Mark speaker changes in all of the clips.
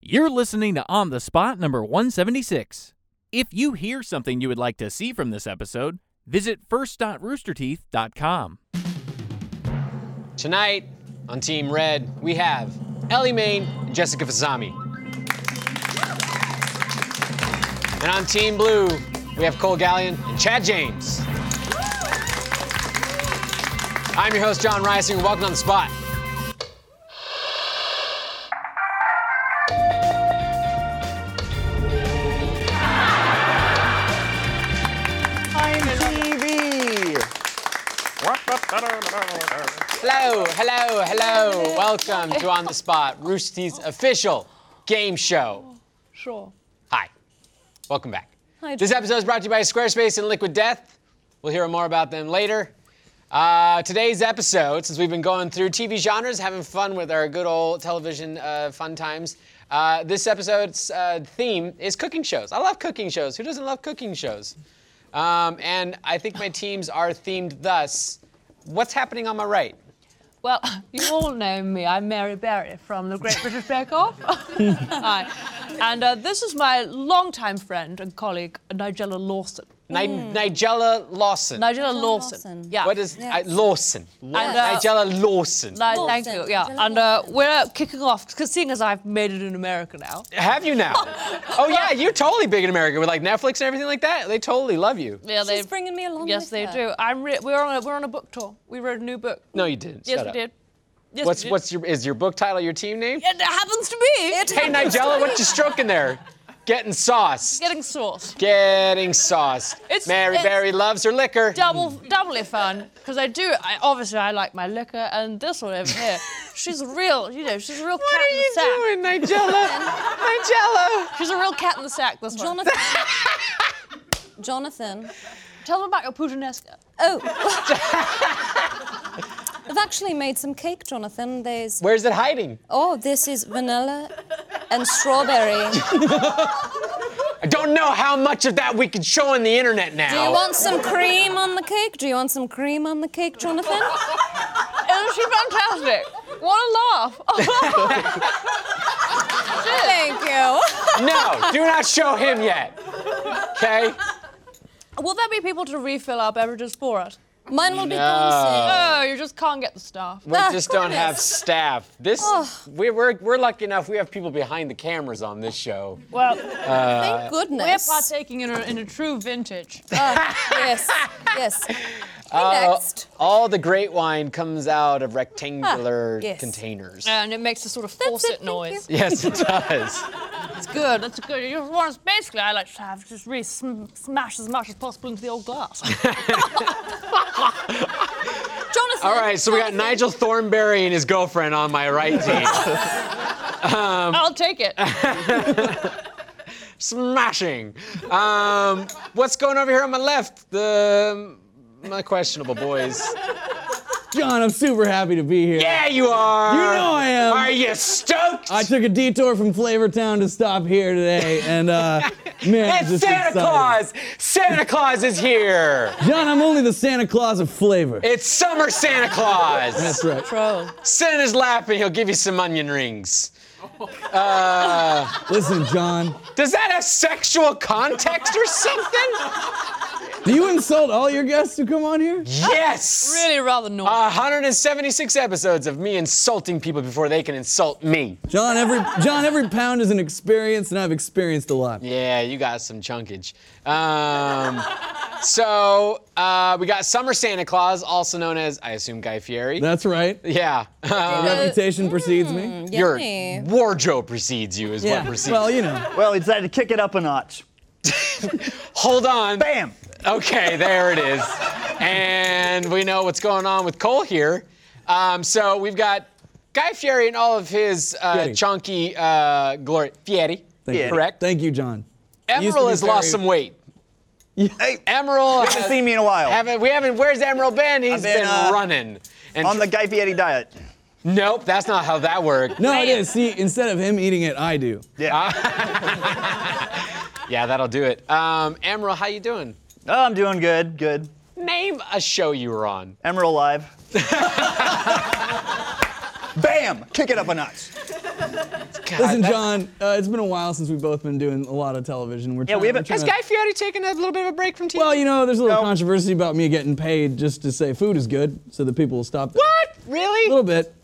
Speaker 1: You're listening to On the Spot number 176. If you hear something you would like to see from this episode, visit first.roosterteeth.com.
Speaker 2: Tonight on Team Red, we have Ellie Main and Jessica Fasami. And on Team Blue, we have Cole Gallion and Chad James. I'm your host, John Reisinger. Welcome on the spot. Hello, hello, hello. Welcome to On the Spot, Roosty's official game show.
Speaker 3: Sure.
Speaker 2: Hi. Welcome back.
Speaker 3: Hi,
Speaker 2: This
Speaker 3: John.
Speaker 2: episode is brought to you by Squarespace and Liquid Death. We'll hear more about them later. Uh, today's episode, since we've been going through TV genres, having fun with our good old television uh, fun times, uh, this episode's uh, theme is cooking shows. I love cooking shows. Who doesn't love cooking shows? Um, and I think my teams are themed thus. What's happening on my right?
Speaker 3: Well, you all know me. I'm Mary Berry from the Great British Bake Off. Hi. And uh, this is my longtime friend and colleague, Nigella Lawson.
Speaker 2: Ni- Nigella Lawson.
Speaker 3: Hmm. Nigella Lawson.
Speaker 4: Lawson.
Speaker 3: Yeah.
Speaker 2: what is uh, Lawson?
Speaker 3: uh,
Speaker 2: Nigella Lawson.
Speaker 3: Ni- thank
Speaker 4: Lawson.
Speaker 3: you. Yeah.
Speaker 4: Nigella
Speaker 3: And uh, we're kicking off because seeing as I've made it in America now.
Speaker 2: Have you now? oh yeah, you're totally big in America with like Netflix and everything like that. They totally love you.
Speaker 3: Yeah,
Speaker 4: She's bringing me along
Speaker 3: Yes,
Speaker 4: with
Speaker 3: they
Speaker 4: her.
Speaker 3: do. I'm. Re- we're on. A, we're on a book tour. We wrote a new book.
Speaker 2: No, you didn't.
Speaker 3: yes,
Speaker 2: Shut
Speaker 3: we
Speaker 2: up.
Speaker 3: did. Yes,
Speaker 2: What's
Speaker 3: we did.
Speaker 2: what's your is your book title your team name?
Speaker 3: It happens to be. It's
Speaker 2: Hey Nigella, what you stroking there? Getting sauce.
Speaker 3: getting sauce.
Speaker 2: Getting sauce.
Speaker 3: It's-
Speaker 2: Mary
Speaker 3: it's-
Speaker 2: Berry loves her liquor.
Speaker 3: double doubly fun because I do. I obviously I like my liquor and this one over here. she's a real, you know, she's a real
Speaker 2: what
Speaker 3: cat
Speaker 2: are
Speaker 3: in the
Speaker 2: you
Speaker 3: sack.
Speaker 2: doing, Nigella? Nigella.
Speaker 3: She's a real cat in the sack. This one.
Speaker 4: Jonathan. Jonathan.
Speaker 3: Tell them about your puttanesca.
Speaker 4: Oh. I've actually made some cake, Jonathan. There's
Speaker 2: Where's it hiding?
Speaker 4: oh, this is vanilla and strawberry. Do
Speaker 2: I don't know how much of that we can show on the internet now.
Speaker 4: you want some cream on the cake? Do you want some cream on the cake, Jonathan?
Speaker 3: Isn't she fantastic? What a laugh!
Speaker 4: Thank you.
Speaker 2: No, do not show him yet. Okay?
Speaker 3: Will there be people to refill our beverages for us?
Speaker 4: Mine will be gone
Speaker 3: Oh, you just can't get the staff.
Speaker 2: We
Speaker 4: Ah,
Speaker 2: just don't have
Speaker 4: goodness.
Speaker 2: staff. This we, we're we're lucky enough. We have people behind the cameras on this show.
Speaker 3: Well,
Speaker 4: soon. Oh, Thank
Speaker 3: we're
Speaker 4: goodness. Oh,
Speaker 3: partaking in a, in a true vintage.
Speaker 4: yes. Yes. Hey,
Speaker 2: Uh,
Speaker 4: next.
Speaker 2: All the great wine comes out of rectangular
Speaker 4: Ah, yes.
Speaker 2: containers.
Speaker 3: And it makes a sort of
Speaker 4: That's
Speaker 3: faucet
Speaker 4: it, thank
Speaker 3: noise.
Speaker 4: you.
Speaker 2: Yes, it does.
Speaker 3: It's good. That's good. You just want to basically, I like to have just really sm- smash as much as possible into the old glass.
Speaker 4: Jonathan.
Speaker 2: All right, so we got
Speaker 4: Jonathan.
Speaker 2: Nigel Thornberry and his girlfriend on my right team.
Speaker 3: I'll take it.
Speaker 2: Smashing. Um, what's going over here on my left? The um, my questionable boys.
Speaker 5: John, I'm super happy to be here.
Speaker 2: Yeah, you are.
Speaker 5: You know I am.
Speaker 2: Are you stoked?
Speaker 5: I took a detour from Flavortown to stop here today, and uh, man, I'm
Speaker 2: it's
Speaker 5: just
Speaker 2: Santa
Speaker 5: excited.
Speaker 2: Claus. Santa Claus is here.
Speaker 5: John, I'm only the Santa Claus of flavor.
Speaker 2: It's summer Santa Claus.
Speaker 5: That's right.
Speaker 2: Sit in his lap and he'll give you some onion rings.
Speaker 5: Listen, John,
Speaker 2: Does that have sexual context or something?
Speaker 5: do you insult all your guests who come on here?
Speaker 2: Yes.
Speaker 3: really rather not.
Speaker 5: Ah.
Speaker 2: 176 episodes of me insulting people before they can insult me.
Speaker 5: John, every John, every pound is an experience, and I've experienced a lot.
Speaker 2: Yeah, you got some chunkage. Um, so uh, we got Summer Santa Claus, also known as, I assume, Guy Fieri.
Speaker 5: That's right.
Speaker 2: yeah. Uh, mm,
Speaker 5: Reputation precedes me.
Speaker 2: your
Speaker 4: Yummy.
Speaker 2: wardrobe precedes you, is what precedes.
Speaker 5: Well, you know.
Speaker 6: Well, he decided to kick it up a notch.
Speaker 2: Hold on.
Speaker 6: Bam!
Speaker 2: Okay, there it is. And we know what's going on with Cole here. Um, so we've got Guy Fieri and all of his uh,
Speaker 5: Fieri.
Speaker 2: chunky uh, glory. Fieri.
Speaker 5: Thank you.
Speaker 2: Correct.
Speaker 5: Thank you, John. used to
Speaker 2: Emerald
Speaker 5: be
Speaker 2: has lost
Speaker 5: very-
Speaker 2: some weight.
Speaker 6: Hey,
Speaker 2: Emerald.
Speaker 6: haven't
Speaker 2: has-
Speaker 6: seen me in a while.
Speaker 2: Haven't, we haven't. Where's Emerald been? He's been,
Speaker 6: been, uh,
Speaker 2: running. And
Speaker 6: on the Guy Fieri diet.
Speaker 2: nope, that's not how that worked.
Speaker 5: No, it is. See, instead of him eating it, I do.
Speaker 6: Yeah.
Speaker 2: Yeah, that'll do it. Um, Emerald, how you doing?
Speaker 6: oh, I'm doing good, good.
Speaker 2: Name a show you were on.
Speaker 6: Emerald Live. Bam! Kick it up a notch.
Speaker 2: God,
Speaker 5: Listen,
Speaker 2: that's-
Speaker 5: John, uh, it's been a while since we've both been doing a lot of television. We're
Speaker 6: Yeah,
Speaker 5: trying,
Speaker 6: we haven't-
Speaker 5: we're trying
Speaker 2: Has
Speaker 5: to-
Speaker 2: Guy Fieri taken a little bit of a break from TV?
Speaker 5: Well, you know, there's a little
Speaker 6: No.
Speaker 5: controversy about me getting paid just to say food is good, so that people will stop. There.
Speaker 2: what? Really?
Speaker 5: A little bit.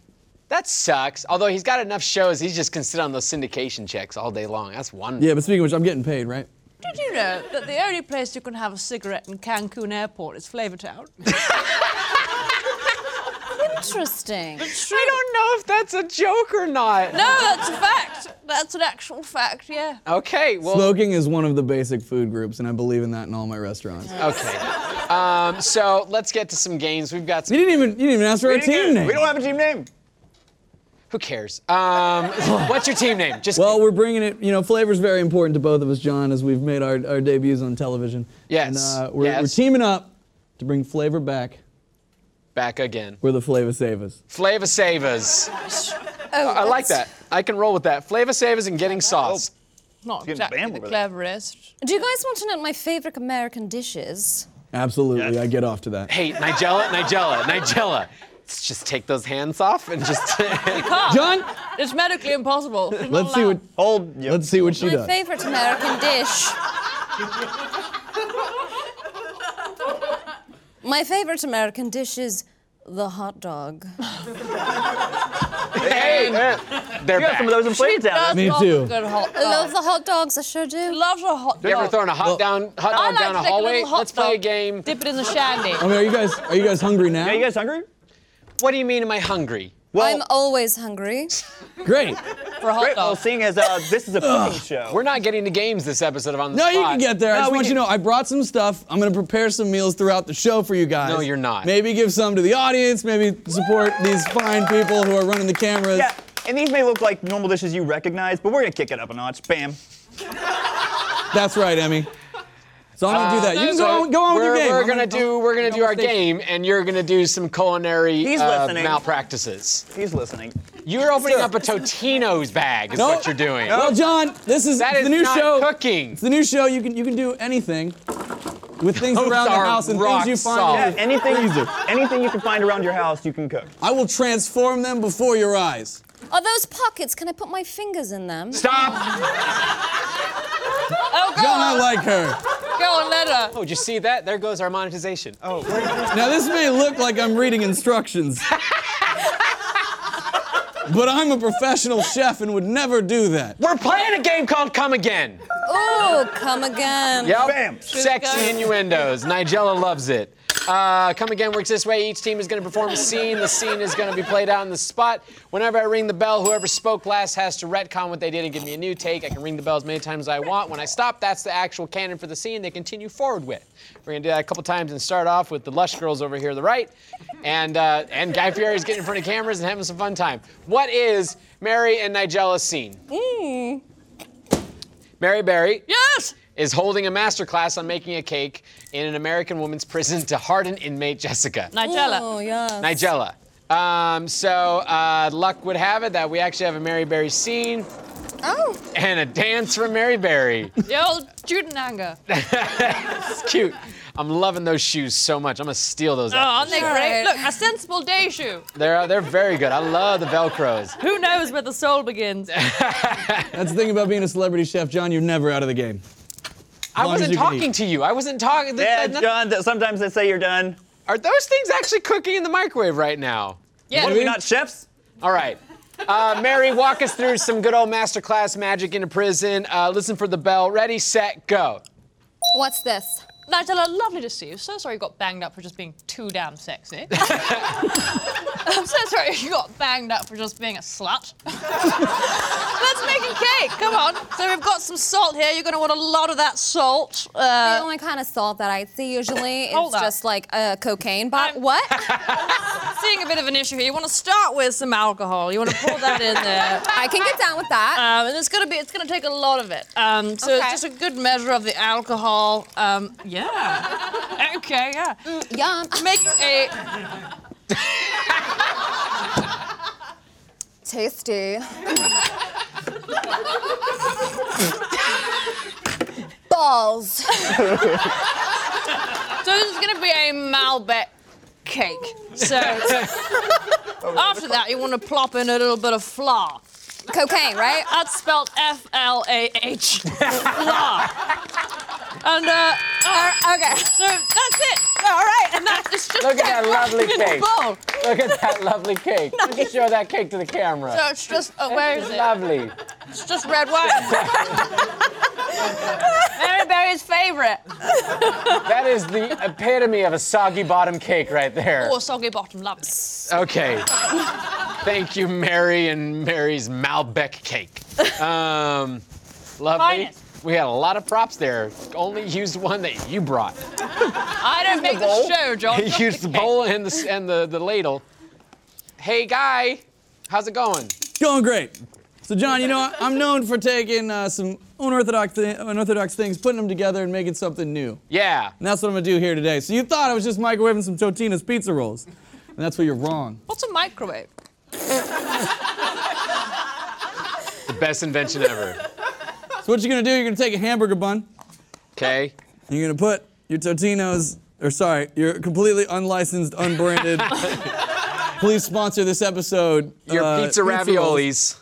Speaker 2: That sucks. Although he's got enough shows, he's just gonna sit on those syndication checks all day long. That's wonderful.
Speaker 5: Yeah, but speaking of which, I'm getting paid, right?
Speaker 3: Did you know that the only place you can have a cigarette in Cancun Airport is Flavortown?
Speaker 4: Interesting.
Speaker 2: I don't know if that's a joke or not.
Speaker 3: No, that's a fact. That's an actual fact, yeah.
Speaker 2: Okay, well,
Speaker 5: Smoking is one of the basic food groups, and I believe in that in all my restaurants.
Speaker 2: okay. Um, so let's get to some games. We've got
Speaker 5: You
Speaker 2: some.
Speaker 5: didn't even you didn't even ask for a team name.
Speaker 6: We don't have a team name.
Speaker 2: Who cares? Um, what's your team name? Just
Speaker 5: Well, we're bringing it. You know, flavor's very important to both of us, John, as we've made our, our debuts on television.
Speaker 2: Yes,
Speaker 5: And uh, we're,
Speaker 2: yes.
Speaker 5: we're teaming up to bring flavor back
Speaker 2: back again.
Speaker 5: where the flavor save us.
Speaker 2: Flava Savers.
Speaker 4: Oh,
Speaker 2: I like that. I can roll with that. Flava Savers and getting sauce.
Speaker 3: Not
Speaker 6: getting
Speaker 3: exactly
Speaker 6: banned
Speaker 3: the
Speaker 6: over there.
Speaker 3: cleverest.
Speaker 4: Do you guys want to know my favorite American dishes?
Speaker 5: Absolutely,
Speaker 6: Yes.
Speaker 5: I get off to that.
Speaker 2: Hey, Nigella, Nigella, Nigella. Let's just take those hands off and just.
Speaker 5: John,
Speaker 3: It's medically impossible. It's not
Speaker 5: let's see what
Speaker 3: allowed.
Speaker 6: Hold. you.
Speaker 5: let's see what she
Speaker 4: my
Speaker 5: does.
Speaker 4: favorite American dish. my favorite American dish is the hot dog.
Speaker 2: hey, they're
Speaker 6: You got
Speaker 2: back.
Speaker 6: some of those in Flavortown.
Speaker 3: Does
Speaker 5: Me
Speaker 3: love
Speaker 5: too.
Speaker 3: A good hot
Speaker 4: I
Speaker 3: dog.
Speaker 4: love the hot dogs, I sure do.
Speaker 3: Loves a hot dog.
Speaker 2: You ever throwing a hot down, hot
Speaker 3: I
Speaker 2: dog
Speaker 3: like
Speaker 2: down
Speaker 3: to
Speaker 2: a
Speaker 3: take a
Speaker 2: hallway?
Speaker 3: little hot
Speaker 2: Let's play a
Speaker 3: dog,
Speaker 2: game.
Speaker 3: Dip it in the shandy.
Speaker 5: I mean, are you guys are you guys hungry now?
Speaker 6: Are you guys hungry?
Speaker 2: What do you mean? Am I hungry?
Speaker 6: Well,
Speaker 4: I'm always hungry.
Speaker 5: Great.
Speaker 3: for a hot
Speaker 5: oh.
Speaker 6: great. Well,
Speaker 3: dog.
Speaker 6: seeing as uh, this is a cooking show.
Speaker 2: We're not getting to games this episode of on the
Speaker 5: No,
Speaker 2: spot.
Speaker 5: you can get there. I
Speaker 6: No,
Speaker 5: just
Speaker 6: we
Speaker 5: want you
Speaker 6: can-
Speaker 5: to know I brought some stuff. I'm gonna prepare some meals throughout the show for you guys.
Speaker 2: No, you're not.
Speaker 5: Maybe give some to the audience. Maybe support these fine people who are running the cameras.
Speaker 6: Yeah, and these may look like normal dishes you recognize, but we're gonna kick it up a notch. Bam.
Speaker 5: That's right, Emmy. So I'm gonna do that. You can
Speaker 2: So
Speaker 5: go on, go on with your
Speaker 2: Uh, we're-
Speaker 5: game.
Speaker 2: We're
Speaker 5: I'm
Speaker 2: gonna do we're gonna
Speaker 5: I'm
Speaker 2: do our
Speaker 5: stay-
Speaker 2: game, and you're gonna do some culinary
Speaker 6: He's
Speaker 2: uh,
Speaker 6: listening.
Speaker 2: malpractices.
Speaker 6: He's listening.
Speaker 2: You're opening up a Totino's bag, is
Speaker 5: No.
Speaker 2: what you're doing.
Speaker 5: Well, John, this is,
Speaker 2: That
Speaker 5: it's
Speaker 2: is
Speaker 5: the new
Speaker 2: not
Speaker 5: show.
Speaker 2: cooking.
Speaker 5: It's the new show. You can you can do anything with things
Speaker 2: Those
Speaker 5: around the
Speaker 2: are
Speaker 5: house and
Speaker 2: rock
Speaker 5: things you find.
Speaker 2: solid.
Speaker 5: in
Speaker 6: Yeah,
Speaker 5: your-
Speaker 6: anything, anything you can find around your house, you can cook.
Speaker 5: I will transform them before your eyes.
Speaker 4: Are those pockets? Can I put my fingers in them?
Speaker 2: Stop!
Speaker 3: Oh, go
Speaker 5: John, I
Speaker 3: on.
Speaker 5: like her.
Speaker 3: Go on, let her.
Speaker 2: Oh, did you see that? There goes our monetization. Oh,
Speaker 5: Now this may look like I'm reading instructions. But I'm a professional chef and would never do that.
Speaker 2: we're playing a game called Come Again.
Speaker 4: Oh, come again.
Speaker 2: Yep.
Speaker 6: Bam.
Speaker 2: Sexy innuendos. Nigella loves it. Uh, come again works this way. Each team is going to perform a scene. The scene is going to be played out on the spot. Whenever I ring the bell, whoever spoke last has to retcon what they did and give me a new take. I can ring the bell as many times as I want. When I stop, that's the actual canon for the scene they continue forward with. We're going to do that a couple times and start off with the Lush girls over here to the right. And, uh, and Guy Fieri is getting in front of cameras and having some fun time. What is Mary and Nigella's scene?
Speaker 4: Mm.
Speaker 2: Mary Berry
Speaker 3: Yes!
Speaker 2: is holding a master class on making a cake in an American woman's prison to harden inmate Jessica.
Speaker 3: Nigella.
Speaker 4: Oh, yeah.
Speaker 2: Nigella. Um, so uh, luck would have it that we actually have a Mary Berry scene
Speaker 4: Oh,
Speaker 2: and a dance from Mary Berry.
Speaker 3: The old student anger. Oh,
Speaker 2: It's cute. I'm loving those shoes so much. I'm gonna steal
Speaker 5: Oh,
Speaker 2: those. out.
Speaker 3: aren't they
Speaker 4: Sure.
Speaker 3: great? Look, a sensible day shoe.
Speaker 2: They're they're very good. I love the Velcros.
Speaker 3: Who knows where the soul begins?
Speaker 5: That's the thing about being a celebrity chef, John. You're never out of the game.
Speaker 2: I
Speaker 5: long as
Speaker 2: wasn't
Speaker 5: you can eat.
Speaker 2: talking to you. I wasn't talking.
Speaker 6: Yeah, John. th- Sometimes they say you're done.
Speaker 2: Are those things actually cooking in the microwave right now?
Speaker 3: Yeah.
Speaker 6: What are we not chefs?
Speaker 2: All right. Uh, Mary, walk us through some good old masterclass magic in a prison. Uh, listen for the bell. Ready, set, go.
Speaker 4: what's this?
Speaker 3: Nigella, lovely to see you. So sorry you got banged up for just being too damn sexy. I'm so sorry you got banged up for just being a slut. Let's make a cake. Come on. So we've got some salt here. You're going to want a lot of that salt.
Speaker 4: The
Speaker 3: Uh,
Speaker 4: only kind of salt that I see usually is
Speaker 3: Hold up.
Speaker 4: just like a cocaine bot.
Speaker 3: I'm-
Speaker 4: What?
Speaker 3: seeing a bit of an issue here. You want to start with some alcohol. You want to pour that in there.
Speaker 4: I can get down with that.
Speaker 3: Um, and it's gonna be, it's gonna take a lot of it. Um, so
Speaker 4: Okay.
Speaker 3: it's just a good measure of the alcohol. Um, yeah. okay, yeah.
Speaker 5: Uh,
Speaker 4: Yum.
Speaker 3: Make a
Speaker 4: Tasty. Balls.
Speaker 3: So this is going to be a Malbec cake. So after that, you want to plop in a little bit of flour.
Speaker 4: Cocaine, right?
Speaker 3: That's spelled F L A H. Law. And uh, oh,
Speaker 4: Okay.
Speaker 3: so that's it.
Speaker 4: All right.
Speaker 3: And that is just
Speaker 2: Look at that lovely
Speaker 3: fucking
Speaker 2: cake.
Speaker 3: bowl.
Speaker 2: Look at that lovely cake. You can show that cake to the camera.
Speaker 3: So it's just oh, where is
Speaker 2: It's
Speaker 3: it?
Speaker 2: lovely.
Speaker 3: It's just red wine. Mary Berry's favorite.
Speaker 2: That is the epitome of a soggy bottom cake right there.
Speaker 3: Or soggy bottom lumps.
Speaker 2: Okay. Thank you, Mary and Mary's Malbec cake. Um, lovely.
Speaker 3: Finest.
Speaker 2: We had a lot of props there. Only used one that you brought.
Speaker 3: I don't make the show, John.
Speaker 2: He
Speaker 3: just
Speaker 2: used the
Speaker 3: cake.
Speaker 2: bowl and the and the, the ladle. Hey, guy, how's it going?
Speaker 5: Going great. So, John, you know, I- I'm known for taking uh, some unorthodox, thi- unorthodox things, putting them together, and making something new.
Speaker 2: Yeah.
Speaker 5: And that's what I'm gonna do here today. So, you thought I was just microwaving some Totino's pizza rolls. And that's where you're wrong.
Speaker 3: What's a microwave?
Speaker 2: The best invention ever.
Speaker 5: So, what you're gonna do, you're gonna take a hamburger bun,
Speaker 2: Okay.
Speaker 5: and you're gonna put your Totino's, or sorry, your completely unlicensed, unbranded, please sponsor this episode.
Speaker 2: Your
Speaker 5: uh,
Speaker 2: pizza
Speaker 5: rolls.
Speaker 2: raviolis.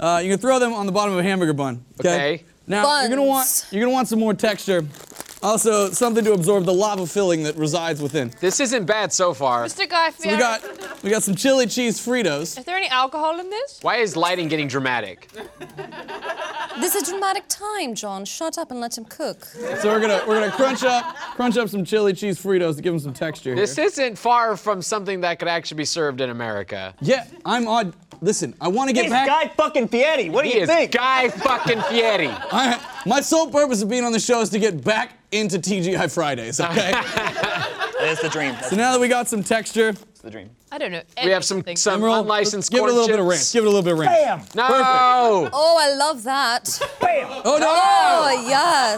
Speaker 5: Uh, you can throw them on the bottom of a hamburger bun.
Speaker 2: Okay.
Speaker 5: Now you're gonna want
Speaker 4: Buns.
Speaker 5: you're gonna want some more texture. Also, something to absorb the lava filling that resides within. So
Speaker 2: This isn't bad so far.
Speaker 3: Mr. Guy Fieri.
Speaker 5: we got we got some chili cheese Fritos.
Speaker 3: Is there any alcohol in this?
Speaker 2: Why is lighting getting dramatic?
Speaker 4: This is dramatic time, John. Shut up and let him cook.
Speaker 5: So we're gonna we're gonna crunch up crunch up some chili cheese Fritos to give them some texture.
Speaker 2: This
Speaker 5: here.
Speaker 2: isn't far from something that could actually be served in America.
Speaker 5: yeah, I'm odd. Listen, I want to get
Speaker 6: He's
Speaker 5: back.
Speaker 6: Guy fucking Fieri. What do
Speaker 2: He
Speaker 6: you
Speaker 2: is
Speaker 6: think?
Speaker 2: Guy fucking Fieri.
Speaker 5: I- my sole purpose of being on the show is to get back into TGI Fridays. Okay.
Speaker 6: That's the dream. That's
Speaker 5: so now that we got some texture,
Speaker 6: the dream.
Speaker 3: I don't know.
Speaker 2: We have some
Speaker 3: anything.
Speaker 2: some
Speaker 5: Emerald,
Speaker 2: unlicensed
Speaker 5: give it a
Speaker 2: corn
Speaker 5: little bit of ranch.
Speaker 2: chips.
Speaker 5: Give it a little bit of ranch.
Speaker 6: Bam!
Speaker 2: No.
Speaker 4: Oh, I love that.
Speaker 6: Bam!
Speaker 5: Oh no!
Speaker 2: Ah!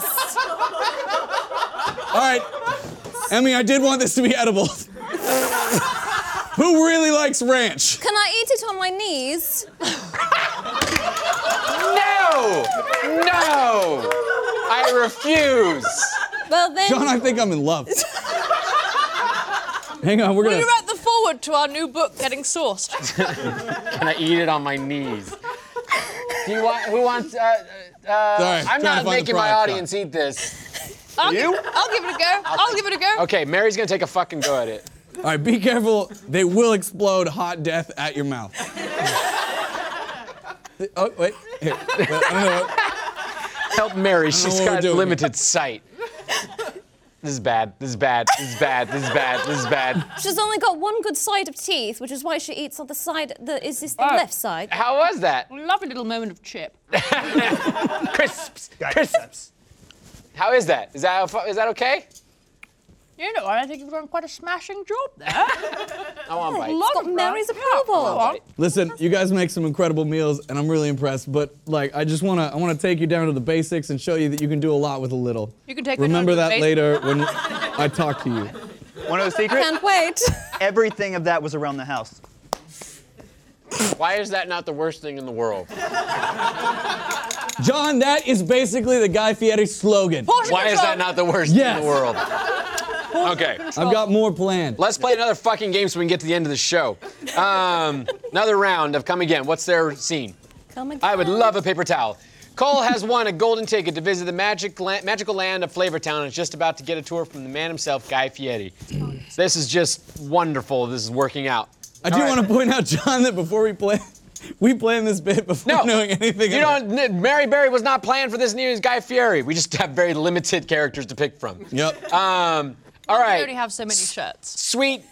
Speaker 4: Oh, yes.
Speaker 5: All right, Emmy, I did want this to be edible. Who really likes ranch?
Speaker 4: Can I eat it on my knees?
Speaker 2: No. No. I refuse.
Speaker 4: Well, then.
Speaker 5: John, I think I'm in love. Hang on, we're
Speaker 3: We
Speaker 5: gonna.
Speaker 3: wrote the forward to our new book, Getting Sourced.
Speaker 2: Can I eat it on my knees? Do you want? Who wants? Uh, uh,
Speaker 5: Sorry,
Speaker 2: I'm
Speaker 5: trying to
Speaker 2: not
Speaker 5: find the
Speaker 2: making my
Speaker 5: product, John.
Speaker 2: audience eat this.
Speaker 3: I'll you? Give, I'll give it a go. I'll give it a go.
Speaker 2: Okay, Mary's gonna take a fucking go at it.
Speaker 5: All right, be careful. They will explode hot death at your mouth. oh wait, here. Wait, I don't know. what-
Speaker 2: Help Mary. She's
Speaker 5: what we're
Speaker 2: got
Speaker 5: doing here.
Speaker 2: limited sight. This is bad. This is bad. This is bad. This is bad. This is bad.
Speaker 4: She's only got one good side of teeth, which is why she eats on the side that is this the
Speaker 2: Oh.
Speaker 4: left side.
Speaker 2: How was that?
Speaker 3: Lovely little moment of chip.
Speaker 2: Crisps.
Speaker 6: Guy
Speaker 2: Crisps. How is that? Is that is that okay?
Speaker 3: You know, I think you've done quite a smashing job there.
Speaker 2: I want a bite.
Speaker 4: It's got Mary's approval.
Speaker 3: Well,
Speaker 5: Listen, you guys make some incredible meals, and I'm really impressed. But like, I just wanna, I wanna take you down to the basics and show you that you can do a lot with a little.
Speaker 3: You can take me down
Speaker 5: Remember
Speaker 3: to the
Speaker 5: that
Speaker 3: basics.
Speaker 5: later when I talk to you.
Speaker 6: One of the secrets?
Speaker 4: Can't wait.
Speaker 6: Everything of that was around the house.
Speaker 2: Why is that not the worst thing in the world?
Speaker 5: John, that is basically the Guy Fieri slogan.
Speaker 3: Portion
Speaker 2: Why is
Speaker 3: control.
Speaker 2: that not the worst
Speaker 5: Yes.
Speaker 2: thing in the world? Okay.
Speaker 5: I've got more planned.
Speaker 2: Let's play another fucking game so we can get to the end of the show. Um, another round of Come Again. What's their scene?
Speaker 4: Come again.
Speaker 2: I would love a paper towel. Cole has won a golden ticket to visit the magic la- magical land of Flavortown and is just about to get a tour from the man himself, Guy Fieri. this is just wonderful. This is working out.
Speaker 5: I do
Speaker 2: All right.
Speaker 5: want to point out, John, that before we play, we planned this bit before
Speaker 2: No,
Speaker 5: knowing anything.
Speaker 2: You
Speaker 5: about-
Speaker 2: don't. n- Mary Berry was not planned for this. Neither is Guy Fieri. We just have very limited characters to pick from.
Speaker 5: Yep.
Speaker 2: Um, all
Speaker 3: We only
Speaker 2: right.
Speaker 3: have so many shirts.
Speaker 2: Sweet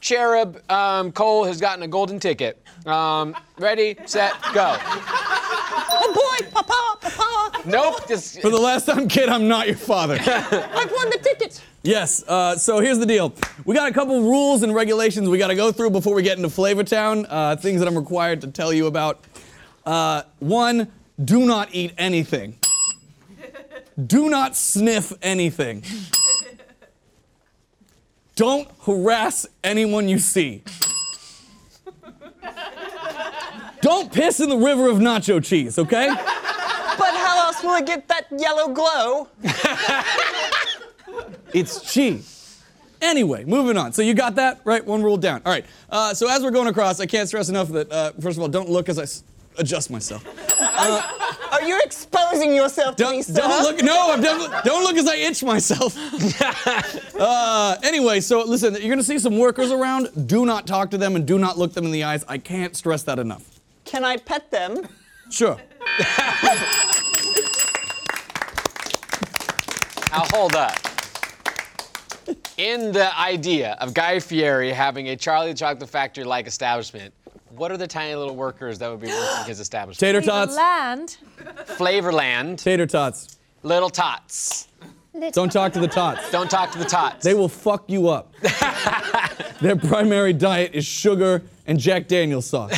Speaker 2: cherub um, Cole has gotten a golden ticket. Um, ready, set, go.
Speaker 3: Oh boy, papa, papa,
Speaker 2: Nope. Just,
Speaker 5: For the last time, kid, I'm not your father.
Speaker 3: I've won the tickets.
Speaker 5: yes. Uh, so here's the deal. We got a couple rules and regulations we got to go through before we get into Flavortown. Uh, things that I'm required to tell you about. Uh, one, do not eat anything. Do not sniff anything. Don't harass anyone you see. Don't piss in the river of nacho cheese, okay?
Speaker 7: But how else will I get that yellow glow?
Speaker 5: It's cheese. Anyway, moving on. So you got that right? One rule down. All right. Uh, so as we're going across, I can't stress enough that uh, first of all, don't look as I s- adjust myself.
Speaker 7: Are you exposing yourself to me,
Speaker 5: Don't,
Speaker 7: sir?
Speaker 5: don't look. No, I'm definitely. Don't look as I itch myself. uh, anyway, so listen. You're gonna see some workers around. Do not talk to them and do not look them in the eyes. I can't stress that enough.
Speaker 7: Can I pet them?
Speaker 5: Sure.
Speaker 2: Now hold up. In the idea of Guy Fieri having a Charlie Chocolate Factory like establishment, what are the tiny little workers that would be working his establishment?
Speaker 5: Tater tots.
Speaker 3: Land.
Speaker 2: Flavorland,
Speaker 5: Tater tots.
Speaker 2: Little Tots.
Speaker 5: Don't talk to the tots.
Speaker 2: Don't talk to the Tots.
Speaker 5: They will fuck you up. Their primary diet is sugar and Jack Daniel's sauce.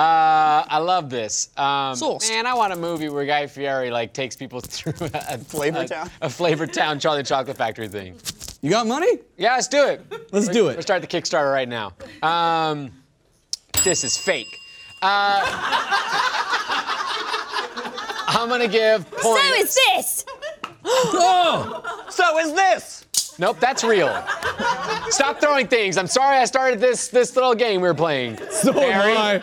Speaker 2: I love this. Um,
Speaker 3: Sourced.
Speaker 2: man, I want a movie where Guy Fieri like takes people through a, a
Speaker 7: Flavor
Speaker 2: a,
Speaker 7: Town?
Speaker 2: a Flavor Town Charlie Chocolate Factory thing.
Speaker 5: You got money?
Speaker 2: Yeah, let's do it.
Speaker 5: Let's do
Speaker 2: Let's
Speaker 5: it.
Speaker 2: start the Kickstarter right now. Um, this is fake. Uh, I'm gonna give points.
Speaker 4: So is this.
Speaker 5: Oh!
Speaker 7: So is this.
Speaker 2: Nope, that's real. Stop throwing things. I'm sorry I started this this little game we were playing.
Speaker 5: So
Speaker 2: Barry?
Speaker 5: am I.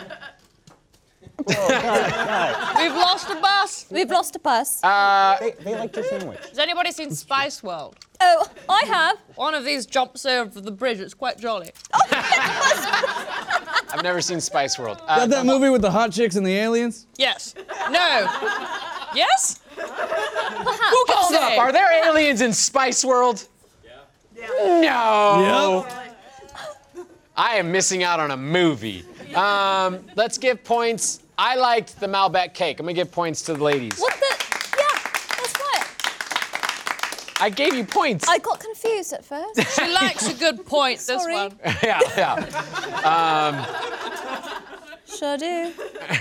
Speaker 3: We've lost a bus.
Speaker 4: We've lost a bus.
Speaker 5: Uh.
Speaker 7: They, they like your sandwich.
Speaker 3: Has anybody seen Spice World?
Speaker 4: oh, I have.
Speaker 3: One of these jumps over the bridge. It's quite jolly.
Speaker 2: I've never seen Spice World. Uh,
Speaker 5: Got that movie with the hot chicks and the aliens?
Speaker 3: Yes. No. yes?
Speaker 4: Perhaps.
Speaker 3: Who can
Speaker 2: hold up,
Speaker 3: say?
Speaker 2: are there aliens in Spice World? Yeah. No.
Speaker 5: Yep.
Speaker 2: I am missing out on a movie. Um, let's give points. I liked the Malbec cake. I'm gonna give points to the ladies.
Speaker 4: What the? Yeah, that's right.
Speaker 2: I gave you points.
Speaker 4: I got confused at first.
Speaker 3: She likes a good point, this
Speaker 4: Sorry.
Speaker 3: one.
Speaker 2: yeah, yeah.
Speaker 4: Sure do.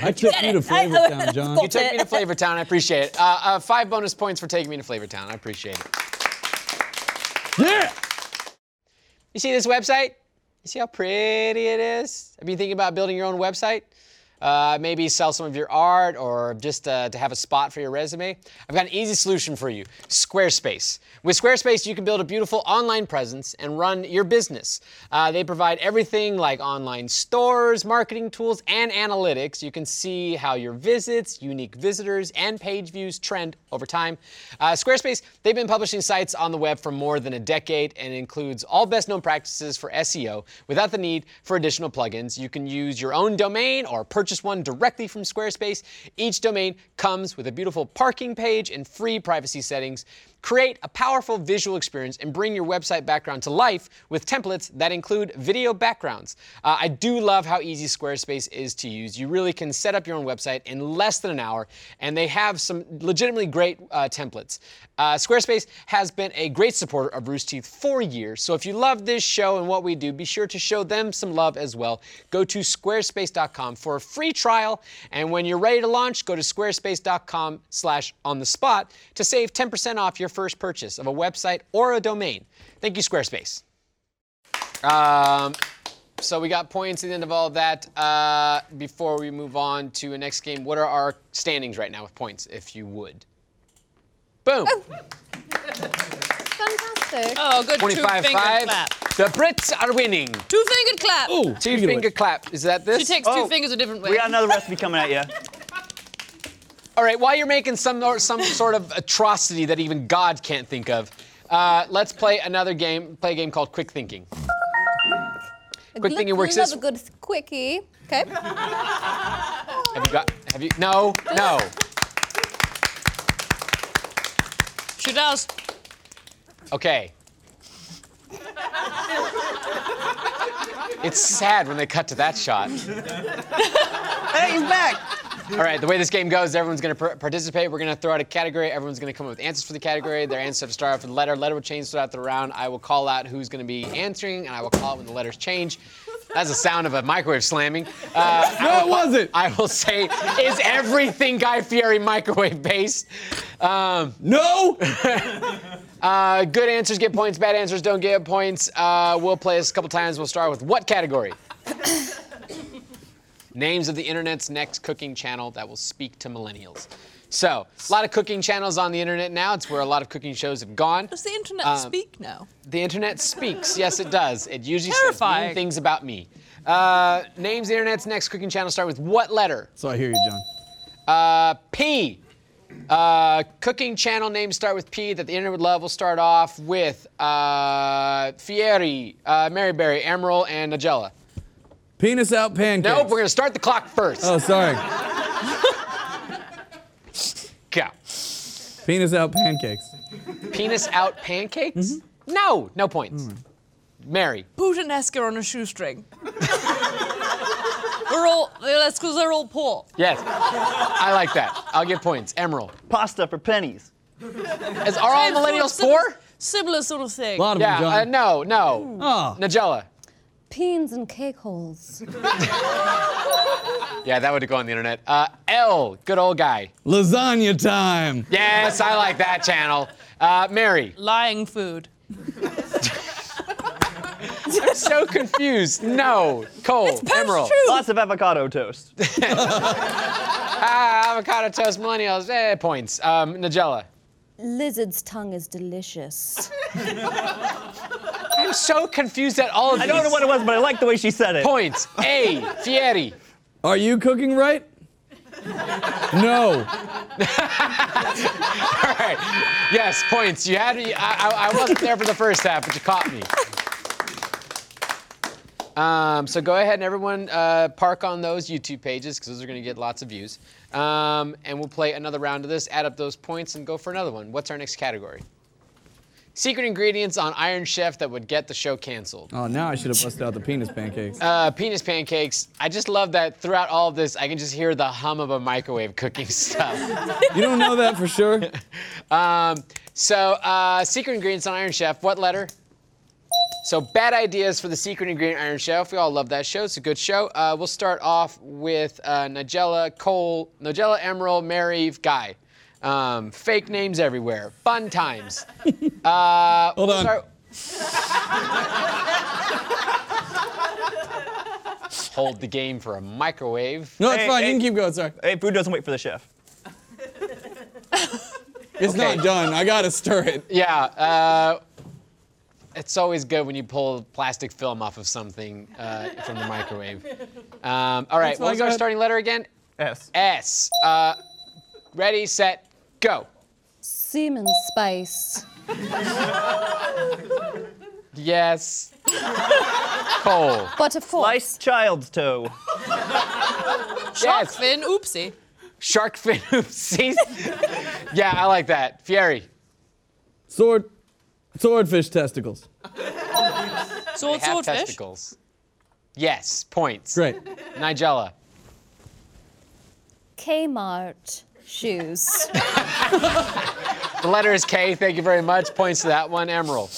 Speaker 5: I took you to Flavor Town, John.
Speaker 2: You took me to Flavor Town. I appreciate it. Uh, uh, five bonus points for taking me to Flavor Town. I appreciate it.
Speaker 5: Yeah!
Speaker 2: You see this website? You see how pretty it is? Have you thinking about building your own website? Uh, maybe sell some of your art or just uh, to have a spot for your resume? I've got an easy solution for you Squarespace. With Squarespace, you can build a beautiful online presence and run your business. Uh, they provide everything like online stores, marketing tools, and analytics. You can see how your visits, unique visitors, and page views trend over time. Uh, Squarespace, they've been publishing sites on the web for more than a decade and includes all best known practices for SEO without the need for additional plugins. You can use your own domain or purchase one directly from Squarespace. Each domain comes with a beautiful parking page and free privacy settings. Create a powerful visual experience and bring your website background to life with templates that include video backgrounds. Uh, I do love how easy Squarespace is to use. You really can set up your own website in less than an hour, and they have some legitimately great uh, templates. Uh, Squarespace has been a great supporter of Roost Teeth for years, so if you love this show and what we do, be sure to show them some love as well. Go to squarespace.com for a free trial, and when you're ready to launch, go to squarespace.com slash on the spot to save 10% off your first purchase of a website or a domain. Thank you, Squarespace. Um, so we got points at the end of all that. Uh, before we move on to a next game, what are our standings right now with points, if you would? Boom.
Speaker 4: Fantastic.
Speaker 3: Oh, good two-finger
Speaker 2: 25-5.
Speaker 3: clap.
Speaker 2: The Brits are winning.
Speaker 3: Two-fingered clap.
Speaker 5: Oh,
Speaker 2: Two finger clap. Is that this?
Speaker 3: She takes two fingers a different way.
Speaker 6: We got another recipe coming at you.
Speaker 2: All right, while you're making some or some sort of atrocity that even God can't think of, uh, let's play another game. Play a game called Quick Thinking. Quick
Speaker 4: Look,
Speaker 2: Thinking works
Speaker 4: love
Speaker 2: this.
Speaker 4: a good th- quickie. Okay.
Speaker 2: Have you got? Have you? No, no.
Speaker 3: She does.
Speaker 2: Okay. It's sad when they cut to that shot.
Speaker 7: Hey, he's back.
Speaker 2: All right, the way this game goes, everyone's going to participate. We're going to throw out a category. Everyone's going to come up with answers for the category. Their answer to start off with a letter. Letter will change throughout the round. I will call out who's going to be answering, and I will call out when the letters change. That's the sound of a microwave slamming. Uh,
Speaker 5: No, it wasn't.
Speaker 2: I will say, is everything Guy Fieri microwave based? Um,
Speaker 5: No!
Speaker 2: uh, good answers get points. Bad answers don't get points. Uh, we'll play this a couple times. We'll start with what category? Names of the internet's next cooking channel that will speak to millennials. So, a lot of cooking channels on the internet now. It's where a lot of cooking shows have gone.
Speaker 3: Does the internet speak now?
Speaker 2: The internet speaks. Yes, it does. It usually says mean
Speaker 3: Terrifying.
Speaker 2: things about me. Uh, names the internet's next cooking channel start with what letter?
Speaker 5: So I hear you, John.
Speaker 2: P. Uh, cooking channel names start with P that the internet would love. We'll start off with uh, Fieri, uh, Maryberry, Emerald, and Nigella.
Speaker 5: Penis out pancakes.
Speaker 2: Nope, we're gonna start the clock first.
Speaker 5: Oh, sorry.
Speaker 2: Go.
Speaker 5: Penis out pancakes.
Speaker 2: Penis out pancakes?
Speaker 5: Mm-hmm.
Speaker 2: No, no points.
Speaker 5: Mm.
Speaker 2: Mary.
Speaker 3: Puttanesca on a shoestring. We're all, that's because they're all poor.
Speaker 2: Yes. I like that. I'll get points. Emerald.
Speaker 6: Pasta for pennies.
Speaker 2: Is, are all millennials poor?
Speaker 3: Similar sort of thing.
Speaker 5: A lot of
Speaker 2: Yeah.
Speaker 5: them, John.
Speaker 2: Uh, no, no.
Speaker 5: Oh.
Speaker 2: Nigella.
Speaker 4: Peens and cake holes.
Speaker 2: Yeah, that would go on the internet. Uh, L. Good old guy.
Speaker 5: Lasagna time.
Speaker 2: Yes, I like that channel. Uh, Mary.
Speaker 3: Lying food.
Speaker 2: So confused. No. Cole. Emerald.
Speaker 6: Lots of avocado toast.
Speaker 2: Ah, avocado toast millennials. Eh, points. Um, Nigella.
Speaker 4: Lizard's tongue is delicious.
Speaker 2: I'm so confused at all of
Speaker 6: I don't know what it was, but I like the way she said it.
Speaker 2: Points. A. Fieri.
Speaker 5: Are you cooking right? no.
Speaker 2: All right. Yes, points. You had. I, I, I wasn't there for the first half, but you caught me. Um, so go ahead and everyone uh, park on those YouTube pages because those are going to get lots of views. Um, and we'll play another round of this, add up those points, and go for another one. What's our next category? Secret ingredients on Iron Chef that would get the show canceled.
Speaker 5: Oh, now I should have busted out the penis pancakes.
Speaker 2: Uh, penis pancakes. I just love that throughout all of this, I can just hear the hum of a microwave cooking stuff.
Speaker 5: you don't know that for sure.
Speaker 2: Um, so, uh, secret ingredients on Iron Chef. What letter? So, bad ideas for the secret ingredient Iron Chef. We all love that show. It's a good show. Uh, we'll start off with uh, Nigella, Cole, Nigella, Emerald, Mary, Guy. Um, fake names everywhere. Fun times.
Speaker 5: Hold on.
Speaker 2: Sorry. Hold the game for a microwave.
Speaker 5: No, it's
Speaker 6: Hey,
Speaker 5: fine.
Speaker 6: hey.
Speaker 5: You can keep going. Sorry.
Speaker 6: Hey, food doesn't wait for the chef.
Speaker 5: It's
Speaker 2: Okay.
Speaker 5: not done. I gotta stir it.
Speaker 2: Yeah, uh, it's always good when you pull plastic film off of something uh, from the microwave. Um, all right,
Speaker 5: That's all I
Speaker 2: what was our
Speaker 5: got.
Speaker 2: starting letter again?
Speaker 6: S.
Speaker 2: S. Uh, ready, set, go.
Speaker 4: Semen spice.
Speaker 2: Yes. Cole.
Speaker 4: But a fork.
Speaker 6: Sliced child's toe.
Speaker 3: Shark
Speaker 2: Yes.
Speaker 3: fin, oopsie.
Speaker 2: Shark fin oopsies. yeah, I like that. Fieri.
Speaker 5: Sword, swordfish testicles.
Speaker 3: Sword,
Speaker 2: Half
Speaker 3: swordfish.
Speaker 2: testicles. Yes, points.
Speaker 5: Great.
Speaker 2: Nigella.
Speaker 4: Kmart shoes.
Speaker 2: The letter is K. Thank you very much. Points to that one. Emerald.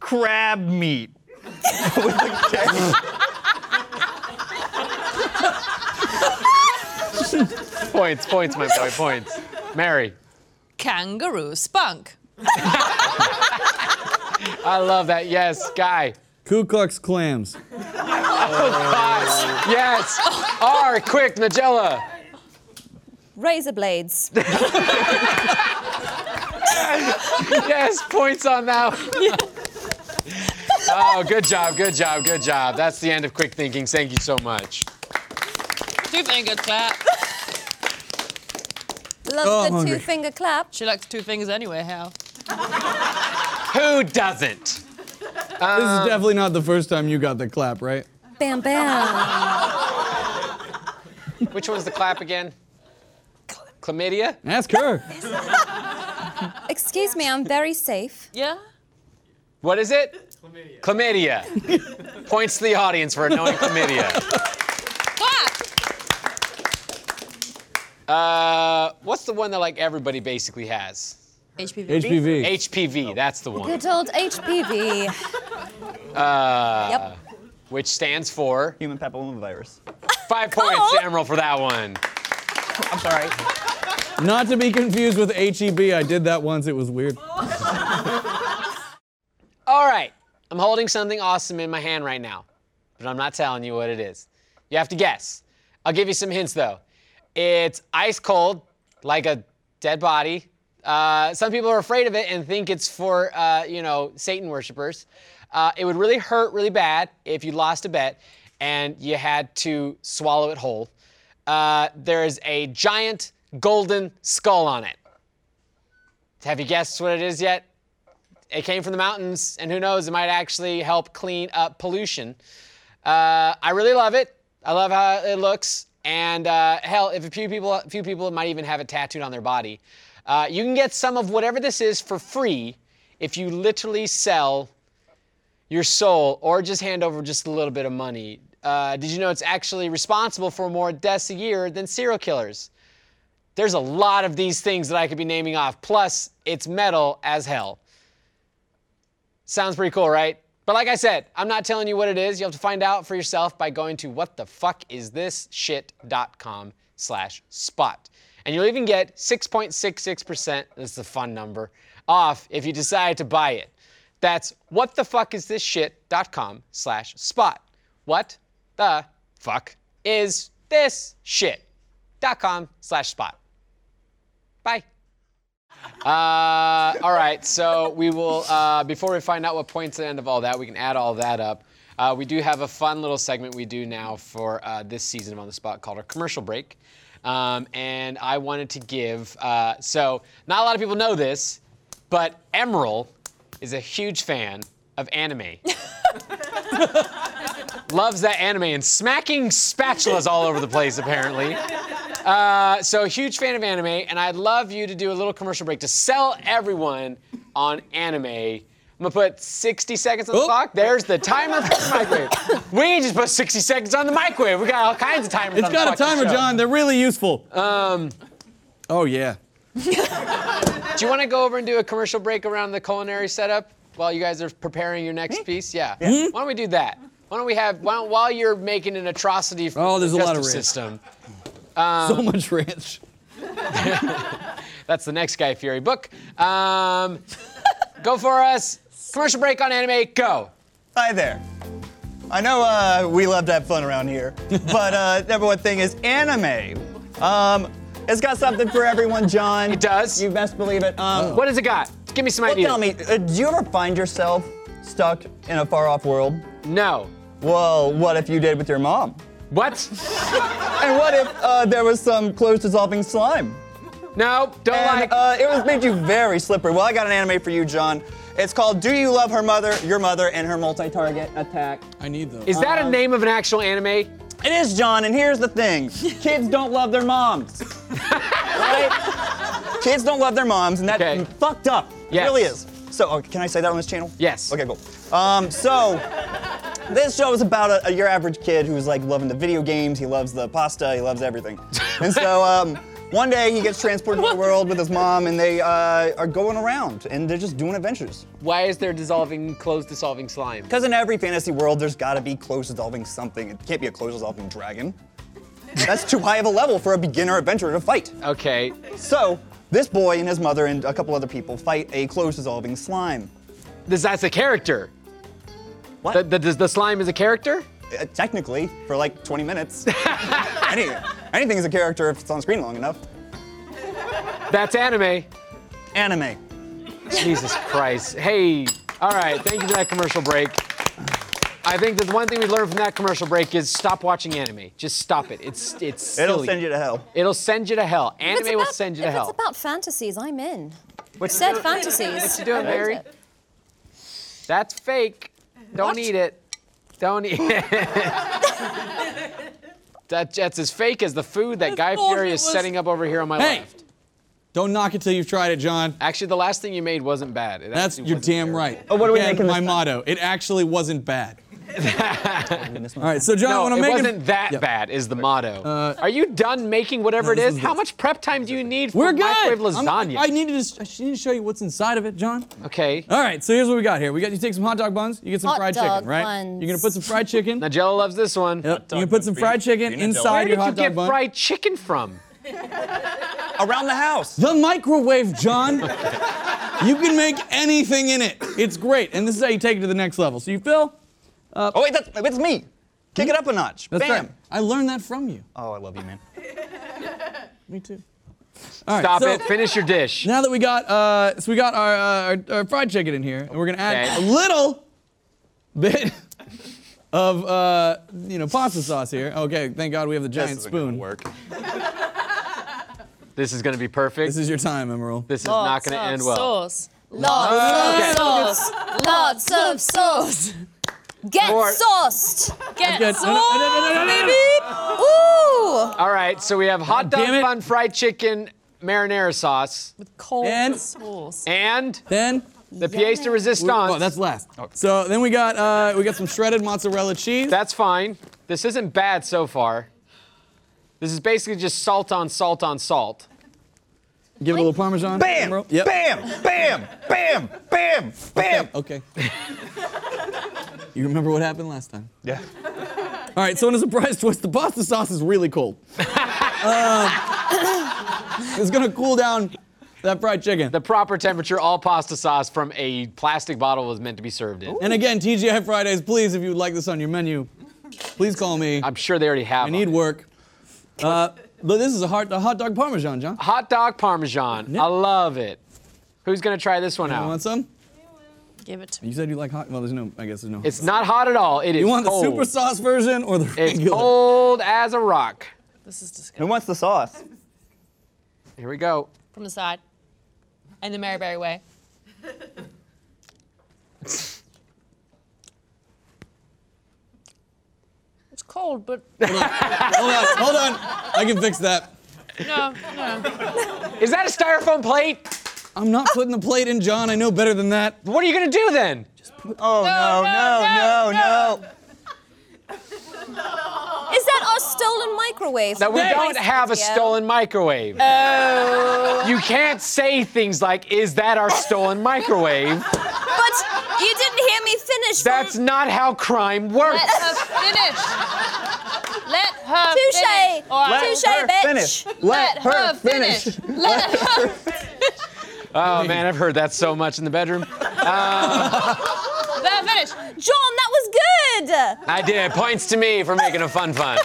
Speaker 6: Crab meat.
Speaker 2: Points, points, my boy, points. Mary.
Speaker 3: Kangaroo spunk.
Speaker 2: I love that. Yes, guy.
Speaker 5: Ku Klux clams.
Speaker 2: Yes. R. Quick, Nigella.
Speaker 4: Razor blades.
Speaker 2: Yes, points on that. one. oh, good job, good job, good job. That's the end of quick thinking. Thank you so much.
Speaker 3: Two fingers clap.
Speaker 4: Love
Speaker 5: Oh, I'm
Speaker 4: the
Speaker 5: hungry.
Speaker 4: two finger clap.
Speaker 3: She likes two fingers anyway, Hal.
Speaker 2: Who doesn't?
Speaker 5: this is definitely not the first time you got the clap, right?
Speaker 4: Bam bam.
Speaker 2: Which one's the clap again? Chlamydia?
Speaker 5: Ask her.
Speaker 4: Excuse me, I'm very safe.
Speaker 3: Yeah?
Speaker 2: What is it? Chlamydia. Chlamydia. points to the audience for knowing chlamydia.
Speaker 3: Clap!
Speaker 2: Uh, what's the one that like everybody basically has?
Speaker 3: HPV.
Speaker 5: HPV.
Speaker 2: HPV. That's the one.
Speaker 4: Good old HPV. Uh, yep.
Speaker 2: Which stands for
Speaker 6: Human papillomavirus.
Speaker 2: five points to Emerald for that one.
Speaker 6: I'm sorry.
Speaker 5: Not to be confused with HEB. I did that once. It was weird.
Speaker 2: All right, I'm holding something awesome in my hand right now, but I'm not telling you what it is. You have to guess. I'll give you some hints though. It's ice cold, like a dead body. Uh, some people are afraid of it and think it's for, uh, you know, Satan worshipers. Uh, it would really hurt really bad if you lost a bet and you had to swallow it whole. Uh, there is a giant golden skull on it. Have you guessed what it is yet? It came from the mountains, and who knows, it might actually help clean up pollution. Uh, I really love it. I love how it looks, and uh, hell, if a few people, a few people might even have it tattooed on their body. Uh, you can get some of whatever this is for free if you literally sell your soul or just hand over just a little bit of money. Uh, did you know it's actually responsible for more deaths a year than serial killers? There's a lot of these things that I could be naming off. Plus, it's metal as hell. Sounds pretty cool, right? But like I said, I'm not telling you what it is. You'll have to find out for yourself by going to whatthefuckisthisshit.com slash spot. And you'll even get 6.66%, that's the fun number, off if you decide to buy it. That's whatthefuckisthisshit.com slash spot. What the fuck is this shit.com slash spot. Bye. Uh, all right, so we will, uh, before we find out what points at the end of all that, we can add all that up. Uh, we do have a fun little segment we do now for uh, this season of On the Spot called our commercial break. Um, and I wanted to give, uh, so not a lot of people know this, but Emerald is a huge fan of anime. Loves that anime and smacking spatulas all over the place, apparently Uh, so a huge fan of anime, and I'd love you to do a little commercial break to sell everyone on anime. I'm gonna put 60 seconds on the
Speaker 5: Oh.
Speaker 2: clock. There's the timer for the microwave. We ain't just put 60 seconds on the microwave. We got all kinds of timers.
Speaker 5: It's
Speaker 2: on
Speaker 5: got a
Speaker 2: the fucking
Speaker 5: timer,
Speaker 2: show.
Speaker 5: John. They're really useful. Um. Oh yeah.
Speaker 2: Do you want to go over and do a commercial break around the culinary setup while you guys are preparing your next piece? Yeah. Why don't we do that? Why don't we have? Why don't, while you're making an atrocity for
Speaker 5: Oh, there's a
Speaker 2: the
Speaker 5: lot
Speaker 2: justice
Speaker 5: of risk.
Speaker 2: system.
Speaker 5: so much ranch.
Speaker 2: That's the next Guy Fury book. Um, go for us. Commercial break on anime. Go.
Speaker 6: Hi there. I know uh, we love to have fun around here, but uh, number one thing is anime. Um, it's got something for everyone, John. It
Speaker 2: does. Oh.
Speaker 6: You best believe it. Um,
Speaker 2: What does it got? Give me some
Speaker 6: well,
Speaker 2: ideas.
Speaker 6: tell me, uh, do you ever find yourself stuck in a far-off world?
Speaker 2: No.
Speaker 6: Well, what if you did with your mom?
Speaker 2: What?
Speaker 6: And what if uh, there was some close-dissolving slime?
Speaker 2: No. Don't
Speaker 6: And,
Speaker 2: like.
Speaker 6: uh, it was made you very slippery. Well, I got an anime for you, John. It's called Do You Love Her Mother, Your Mother, and Her Multi-Target Attack.
Speaker 5: I need those.
Speaker 2: is that a name of an actual anime?
Speaker 6: It is, John, and here's the thing kids don't love their moms. right? Kids don't love their moms, and that's
Speaker 2: Okay.
Speaker 6: fucked up.
Speaker 2: Yes.
Speaker 6: It really is. So, oh, can I say that on this channel?
Speaker 2: Yes.
Speaker 6: Okay, cool. Um, so, this show is about a, a- your average kid who's like loving the video games, he loves the pasta, he loves everything. And so, um, one day he gets transported to the world with his mom, and they uh, are going around and they're just doing adventures.
Speaker 2: Why is there dissolving, clothes dissolving slime?
Speaker 6: Because in every fantasy world, there's got to be close dissolving something. It can't be a close dissolving dragon. That's too high of a level for a beginner adventurer to fight.
Speaker 2: Okay.
Speaker 6: So, this boy and his mother and a couple other people fight a close dissolving slime.
Speaker 2: This, that's a character.
Speaker 6: What?
Speaker 2: The, the, the slime is a character?
Speaker 6: Uh, technically, for like 20 minutes. Any, anything is a character if it's on screen long enough.
Speaker 2: That's anime.
Speaker 6: Anime.
Speaker 2: Jesus Christ. Hey, all right, thank you for that commercial break. I think that the one thing we learned from that commercial break is stop watching anime. Just stop it. It's it's silly.
Speaker 6: It'll send you to hell.
Speaker 2: It'll send you to hell.
Speaker 4: If it's
Speaker 2: Anime will
Speaker 4: about-
Speaker 2: send you to
Speaker 4: if
Speaker 2: hell.
Speaker 4: It's about fantasies. I'm in.
Speaker 2: What's-
Speaker 4: Said fantasies.
Speaker 2: What you doing, Mary? That's fake. Don't eat it. Don't eat it. that, that's as fake as the food that Guy
Speaker 3: thought
Speaker 2: Fury
Speaker 3: it
Speaker 2: is
Speaker 3: was-
Speaker 2: setting up over here on my
Speaker 5: Hey!
Speaker 2: left.
Speaker 5: Don't knock it till you've tried it, John.
Speaker 2: Actually, the last thing you made wasn't bad. It
Speaker 5: That's
Speaker 2: actually
Speaker 5: you're
Speaker 2: wasn't
Speaker 5: damn
Speaker 2: terrible.
Speaker 5: right.
Speaker 6: Oh, what are we
Speaker 5: Again,
Speaker 6: making this
Speaker 5: My
Speaker 6: time?
Speaker 5: motto. It actually wasn't bad. All right, so John,
Speaker 2: No,
Speaker 5: when I'm
Speaker 2: it
Speaker 5: making
Speaker 2: wasn't that
Speaker 5: Yeah. Uh,
Speaker 2: bad. Is the motto? Are you done making whatever it
Speaker 5: this
Speaker 2: is?
Speaker 5: is
Speaker 2: How
Speaker 5: good.
Speaker 2: much prep time do you need for
Speaker 5: We're good.
Speaker 2: microwave
Speaker 5: I'm-
Speaker 2: lasagna?
Speaker 5: I needed to. sh- I sh- need to show you what's inside of it, John.
Speaker 2: okay.
Speaker 5: All right, so here's what we got here. We got you take some hot dog buns. You get some
Speaker 4: Hot
Speaker 5: fried
Speaker 4: dog
Speaker 5: chicken, right?
Speaker 4: buns.
Speaker 5: You're gonna put some fried chicken. Yep.
Speaker 2: Nigella loves this one.
Speaker 5: You're gonna put some fried chicken
Speaker 6: peanut
Speaker 5: inside
Speaker 6: jelly.
Speaker 2: Where
Speaker 5: your
Speaker 2: did
Speaker 5: hot
Speaker 2: you
Speaker 5: dog
Speaker 2: get
Speaker 5: bun.
Speaker 2: fried chicken from?
Speaker 6: Around the house.
Speaker 5: The microwave, John. you can make anything in it. It's great, and this is how you take it to the next level. So you fill.
Speaker 6: Oh, wait, that's, it's me. Kick it up a notch.
Speaker 5: That's
Speaker 6: Bam.
Speaker 5: right. I learned that from you.
Speaker 6: Oh, I love you, man.
Speaker 5: Me too. All right,
Speaker 2: Stop
Speaker 5: so-
Speaker 2: it. Finish your dish.
Speaker 5: Now that we got, uh, so we got our, uh, our, our fried chicken in here, and we're gonna add
Speaker 2: Okay.
Speaker 5: a little bit of uh, you know pasta sauce here. Okay, thank God we have the giant
Speaker 8: isn't gonna
Speaker 5: spoon.
Speaker 8: work.
Speaker 2: This is going to be perfect.
Speaker 5: This is your time, Emerald.
Speaker 3: Oh,
Speaker 2: This is not going to end well.
Speaker 4: Sauce. Lots of sauce. Lots of sauce. Get
Speaker 2: More.
Speaker 4: sauced. Get
Speaker 5: Good.
Speaker 4: sauced,
Speaker 5: No, no, no, no, no, no, no, no.
Speaker 4: baby. Ooh.
Speaker 2: All right, so we have hot dog
Speaker 5: damn it.
Speaker 2: bun fried chicken marinara sauce
Speaker 4: Cold
Speaker 5: And-
Speaker 4: sauce.
Speaker 2: and
Speaker 5: Then
Speaker 2: the pièce de resistance.
Speaker 5: oh, that's last. So then we got uh, we got some shredded mozzarella cheese.
Speaker 2: That's fine. This isn't bad so far. This is basically just salt on salt on salt.
Speaker 5: Give it a little parmesan.
Speaker 8: Bam!
Speaker 5: Emerald. Yep.
Speaker 8: Bam! Bam! Bam! Bam! Bam!
Speaker 5: Okay. you remember what happened last time?
Speaker 8: Yeah.
Speaker 5: All right, so in a surprise twist, the pasta sauce is really cold. um, it's gonna cool down that fried chicken.
Speaker 2: The proper temperature, all pasta sauce from a plastic bottle was meant to be served in.
Speaker 5: and again, TGI Fridays, please, if you would like this on your menu, please call me.
Speaker 2: I'm sure they already have.
Speaker 5: I need
Speaker 2: them.
Speaker 5: work. Uh, but this is a hot, a hot dog parmesan, John.
Speaker 2: hot dog parmesan. I love it. Who's gonna try this one
Speaker 5: You want
Speaker 2: out?
Speaker 5: some?
Speaker 3: Give it to me.
Speaker 5: You said you like hot. Well, there's no. I guess there's no.
Speaker 2: It's not hot at all. It is
Speaker 5: you want
Speaker 2: cold.
Speaker 5: the super sauce version or the
Speaker 2: It's
Speaker 5: regular?
Speaker 2: cold as a rock.
Speaker 3: This is disgusting.
Speaker 6: Who wants the sauce?
Speaker 2: Here we go.
Speaker 3: From the side. And the Mary Berry way. it's cold, but
Speaker 5: Hold on, hold on. I can fix that.
Speaker 3: no, no.
Speaker 2: Is that a styrofoam plate?
Speaker 5: I'm not putting the plate in, John. I know better than that.
Speaker 2: What are you gonna do then?
Speaker 6: Oh no,
Speaker 3: no,
Speaker 6: no, no, no.
Speaker 4: Is that our stolen microwave?
Speaker 2: That we don't have a
Speaker 4: Yeah.
Speaker 2: stolen microwave. You can't say things like, is that our stolen microwave?
Speaker 4: But you didn't hear me finish.
Speaker 2: That's not how crime works.
Speaker 3: Let her finish. Let her
Speaker 4: Touche.
Speaker 3: finish. All right.
Speaker 4: Touche,
Speaker 6: her
Speaker 4: bitch.
Speaker 6: finish. Let her finish.
Speaker 3: Let her.
Speaker 2: Oh man, I've heard that so much in the bedroom.
Speaker 3: Let her finish.
Speaker 4: John, that was good.
Speaker 2: I did. Points to me for making a fun fun.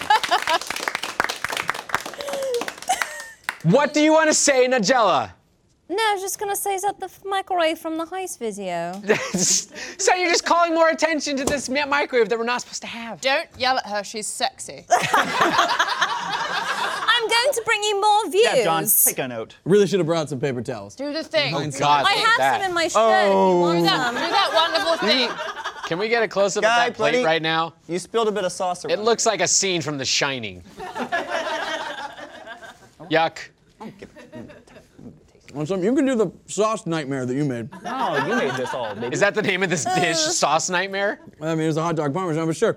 Speaker 2: what do you want to say, Nigella?
Speaker 4: No, I was just gonna say, is that the microwave from the heist video?
Speaker 2: so you're just calling more attention to this mi- microwave that we're not supposed to have.
Speaker 3: Don't yell at her. She's sexy.
Speaker 4: I'm going to bring you more views.
Speaker 6: Yeah, John, take a note.
Speaker 5: Really should have brought some paper towels.
Speaker 3: Do the thing.
Speaker 2: Oh, God,
Speaker 4: I
Speaker 2: take
Speaker 4: have
Speaker 2: that.
Speaker 4: some in my shirt. Oh. If you
Speaker 3: Do
Speaker 4: want
Speaker 3: that,
Speaker 4: some.
Speaker 3: do that wonderful thing.
Speaker 2: Can we get a close up of
Speaker 6: Guy,
Speaker 2: that plate
Speaker 6: buddy.
Speaker 2: right now?
Speaker 6: You spilled a bit of sauce around.
Speaker 2: It looks like a scene from The Shining. Yuck.
Speaker 5: Want some? You can do the sauce nightmare that you made.
Speaker 6: No, Oh, you made this all, baby.
Speaker 2: Is that the name of this dish? Sauce Nightmare?
Speaker 5: I mean, it was a hot dog parmesan, but sure.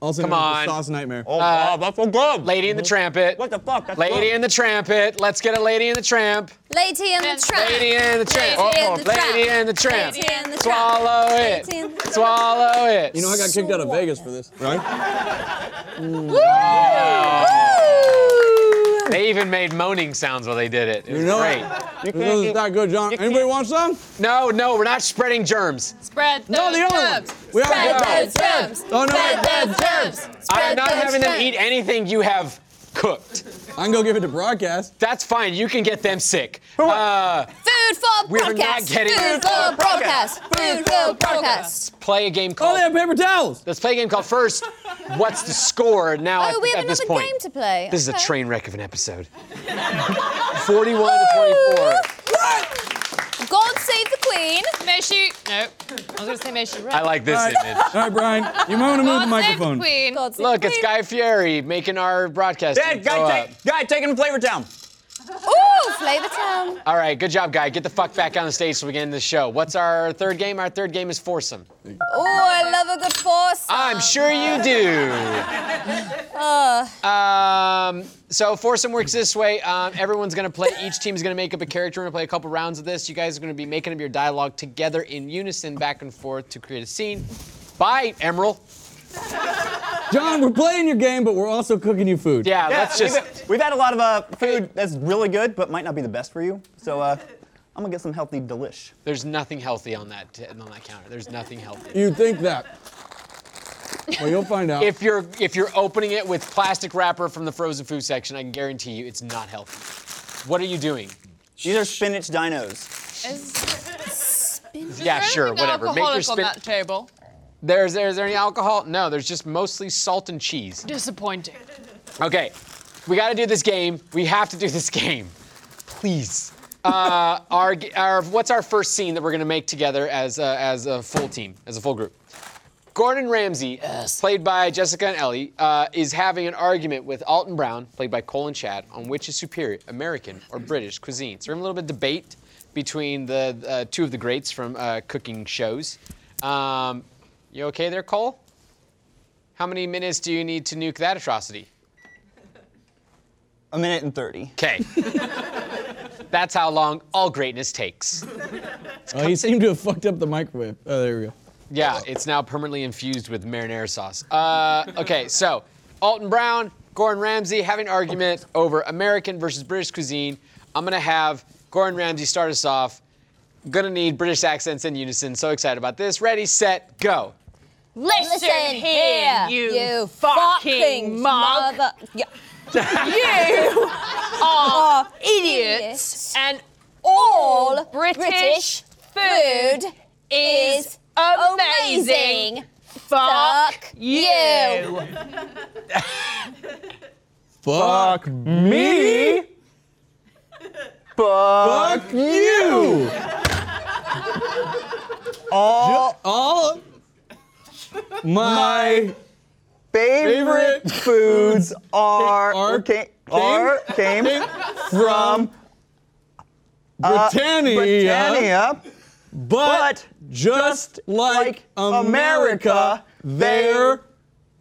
Speaker 5: Also
Speaker 2: Come
Speaker 5: known as
Speaker 2: on.
Speaker 5: the sauce nightmare.
Speaker 6: Oh, wow, that's so good.
Speaker 2: Lady in the Trampet.
Speaker 6: What the fuck? That's
Speaker 2: Lady
Speaker 6: good.
Speaker 2: in the Trampet. Let's get a Lady in the Tramp.
Speaker 4: Lady in the
Speaker 3: Yes.
Speaker 4: trap.
Speaker 2: Lady in the Tramp.
Speaker 4: Lady in
Speaker 2: Oh,
Speaker 4: the
Speaker 2: Lady
Speaker 4: Tramp.
Speaker 2: in the Tramp.
Speaker 4: Lady in the trap.
Speaker 2: Swallow
Speaker 4: Lady
Speaker 2: it.
Speaker 4: in the trap.
Speaker 2: Swallow it.
Speaker 5: you know, I got kicked out of Vegas for this. Right?
Speaker 2: They even made moaning sounds while they did it. It was
Speaker 5: know-
Speaker 2: great.
Speaker 5: This is that good, John. Anybody want some?
Speaker 2: No, no, we're not spreading germs.
Speaker 3: Spread those
Speaker 5: No, the other one.
Speaker 3: germs.
Speaker 5: We already
Speaker 4: Spread
Speaker 5: got-
Speaker 4: those germs.
Speaker 5: Oh, no.
Speaker 4: Spread those germs.
Speaker 2: I'm
Speaker 4: Spread
Speaker 2: not
Speaker 4: those
Speaker 2: having them
Speaker 4: germs.
Speaker 2: eat anything you have cooked.
Speaker 5: I can go give it to broadcast.
Speaker 2: That's fine. You can get them sick. Uh,
Speaker 4: Food for
Speaker 2: We're not
Speaker 4: broadcast.
Speaker 2: getting-
Speaker 4: Food for broadcast. Food for broadcast.
Speaker 2: Play a game
Speaker 5: Oh,
Speaker 2: called.
Speaker 5: they have paper towels.
Speaker 2: Let's play a game called First. What's the score now
Speaker 4: Oh,
Speaker 2: at,
Speaker 4: we have
Speaker 2: at this
Speaker 4: another
Speaker 2: point?
Speaker 4: game to play.
Speaker 2: This is a
Speaker 4: Okay.
Speaker 2: train wreck of an episode. 41 to 24.
Speaker 4: God save the queen.
Speaker 3: May she? No. I was gonna say may she.
Speaker 2: I like this
Speaker 5: All right.
Speaker 2: image.
Speaker 5: All right, Brian, you might want to move the
Speaker 3: God save the
Speaker 5: microphone.
Speaker 3: queen.
Speaker 4: God save
Speaker 2: Look,
Speaker 4: the
Speaker 2: it's
Speaker 4: queen.
Speaker 2: Guy Fieri making our broadcast. Oh, uh,
Speaker 6: Dad,
Speaker 2: team throw
Speaker 6: guy,
Speaker 2: up.
Speaker 6: take, guy taking the flavor down.
Speaker 4: Ooh, Flavor Town.
Speaker 2: All right, good job, Guy. Get the fuck back on the stage so we can end the show. What's our third game? Our third game is foursome.
Speaker 4: Ooh, I love a good force.
Speaker 2: I'm sure you do. Um, so foursome works this way. Um, everyone's gonna play. Each team's gonna make up a character. We're gonna play a couple rounds of this. You guys are gonna be making up your dialogue together in unison, back and forth to create a scene. Bye, Emerald.
Speaker 5: John, we're playing your game, but we're also cooking you food.
Speaker 2: Yeah,
Speaker 6: Yeah,
Speaker 2: let's just.
Speaker 6: we've, we've had a lot of uh, food that's really good, but might not be the best for you. So uh, I'm gonna get some healthy delish.
Speaker 2: There's nothing healthy on that on that counter. There's nothing healthy.
Speaker 5: You think that. Well, you'll find out.
Speaker 2: If you're if you're opening it with plastic wrapper from the frozen food section, I can guarantee you it's not healthy. What are you doing?
Speaker 6: These are spinach dinos.
Speaker 3: Is,
Speaker 2: Yeah,
Speaker 3: there
Speaker 2: sure,
Speaker 3: anything
Speaker 2: whatever. Make your
Speaker 3: alcoholic
Speaker 2: spin-
Speaker 3: on that table.
Speaker 2: There's, is there any alcohol? No, there's just mostly salt and cheese.
Speaker 3: Disappointing.
Speaker 2: Okay, we got to do this game. We have to do this game, please. Uh, our, our, what's our first scene that we're gonna make together as a, as a full team, as a full group? Gordon Ramsay, played by Jessica and Ellie, uh, is having an argument with Alton Brown, played by Cole and Chad, on which is superior, American or British cuisine. So we're having a little bit of debate between the uh, two of the greats from uh, cooking shows. Um, you okay there, Cole? How many minutes do you need to nuke that atrocity?
Speaker 6: A minute and 30.
Speaker 2: Okay. That's how long all greatness takes.
Speaker 5: Oh, he seemed to have fucked up the microwave. Oh, there we go.
Speaker 2: Yeah, it's now permanently infused with marinara sauce. Uh, okay, so Alton Brown, Gordon Ramsay having an argument over American versus British cuisine. I'm gonna have Gordon Ramsay start us off. Gonna need British accents in unison. So excited about this. Ready, set, go.
Speaker 4: Listen,
Speaker 3: Listen
Speaker 4: here,
Speaker 3: here, you fucking mug.
Speaker 4: mother- Yeah.
Speaker 3: You are
Speaker 4: idiots.
Speaker 3: idiots, and
Speaker 4: All
Speaker 3: all
Speaker 4: British
Speaker 3: British
Speaker 4: food
Speaker 3: food
Speaker 4: is
Speaker 3: is
Speaker 4: amazing.
Speaker 3: amazing.
Speaker 4: Fuck
Speaker 3: Fuck
Speaker 4: you.
Speaker 3: you.
Speaker 5: Fuck, me. Fuck, you.
Speaker 6: All
Speaker 5: All my favorite
Speaker 6: favorite foods are,
Speaker 5: are-
Speaker 6: ca- are came from
Speaker 5: Britannia,
Speaker 6: Britannia,
Speaker 5: but,
Speaker 6: but
Speaker 5: just like America,
Speaker 6: America,
Speaker 5: they're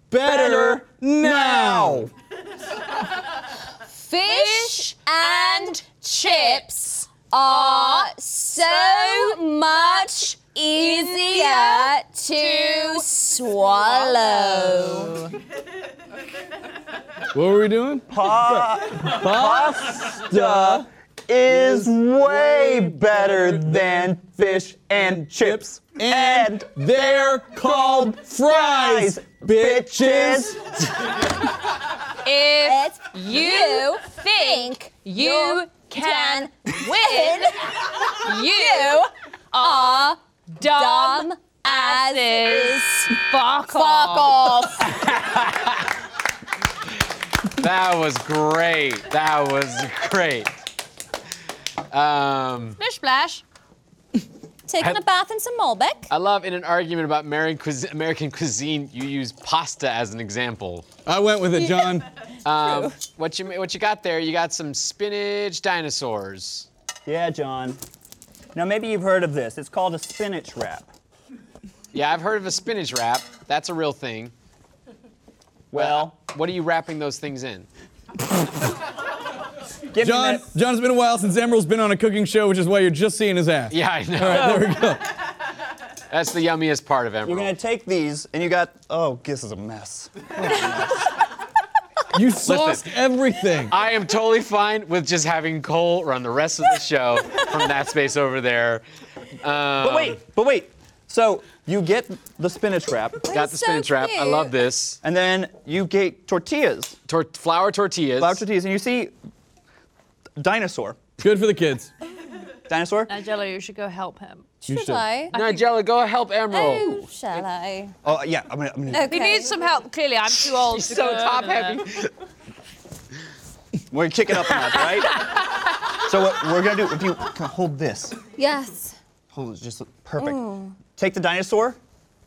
Speaker 5: better
Speaker 6: better
Speaker 5: now.
Speaker 6: now.
Speaker 4: Fish and chips are so much easier to swallow.
Speaker 5: What were we doing?
Speaker 6: pasta is way better than fish and chips and
Speaker 5: They're called fries,
Speaker 6: fries,
Speaker 5: bitches.
Speaker 3: If
Speaker 4: If you think you can win, you are dumb asses.
Speaker 3: fuck
Speaker 4: Fuck off.
Speaker 2: That was great. That was great. Um,
Speaker 3: Splish splash.
Speaker 4: Taking a bath in some Malbec.
Speaker 2: I love in an argument about American cuisine, American cuisine, you use pasta as an example.
Speaker 5: I went with it, John.
Speaker 2: Um, what you what you got there? You got some spinach dinosaurs.
Speaker 6: Yeah, John. Now maybe you've heard of this. It's called a spinach wrap.
Speaker 2: Yeah, I've heard of a spinach wrap. That's a real thing. Uh,
Speaker 6: Well,
Speaker 2: What are you wrapping those things in?
Speaker 6: give me
Speaker 5: John,
Speaker 6: that.
Speaker 5: John, it's been a while since Emerald's been on a cooking show, which is why you're just seeing his ass.
Speaker 2: Yeah, I know.
Speaker 5: There we go.
Speaker 2: That's the yummiest part of
Speaker 6: You're
Speaker 2: emerald.
Speaker 6: gonna take these, and you got. Oh, this is a mess.
Speaker 5: You sauced everything.
Speaker 2: I am totally fine with just having Cole run the rest of the show from that space over there.
Speaker 6: But wait, but wait. So you get the spinach wrap,
Speaker 2: Got the
Speaker 4: so
Speaker 2: spinach wrap. I
Speaker 4: cute.
Speaker 2: love this.
Speaker 6: and then you get tortillas,
Speaker 2: Tor- flour tortillas.
Speaker 6: flour tortillas, and you see dinosaur,
Speaker 5: Good for the kids.
Speaker 6: dinosaur.
Speaker 3: Angelo, you should go help him.
Speaker 4: Should,
Speaker 5: should.
Speaker 4: I?
Speaker 2: Nigella, go help Emerald.
Speaker 4: Oh, shall I?
Speaker 6: Oh yeah, I'm gonna. I'm gonna
Speaker 4: Okay.
Speaker 3: He needs some help. Clearly, I'm too old.
Speaker 2: So
Speaker 3: to go
Speaker 2: top
Speaker 3: and, uh,
Speaker 2: heavy.
Speaker 6: We're gonna kick it up a notch, right? so what we're gonna do? If you can hold this,
Speaker 4: Yes.
Speaker 6: hold it, just perfect. Take the dinosaur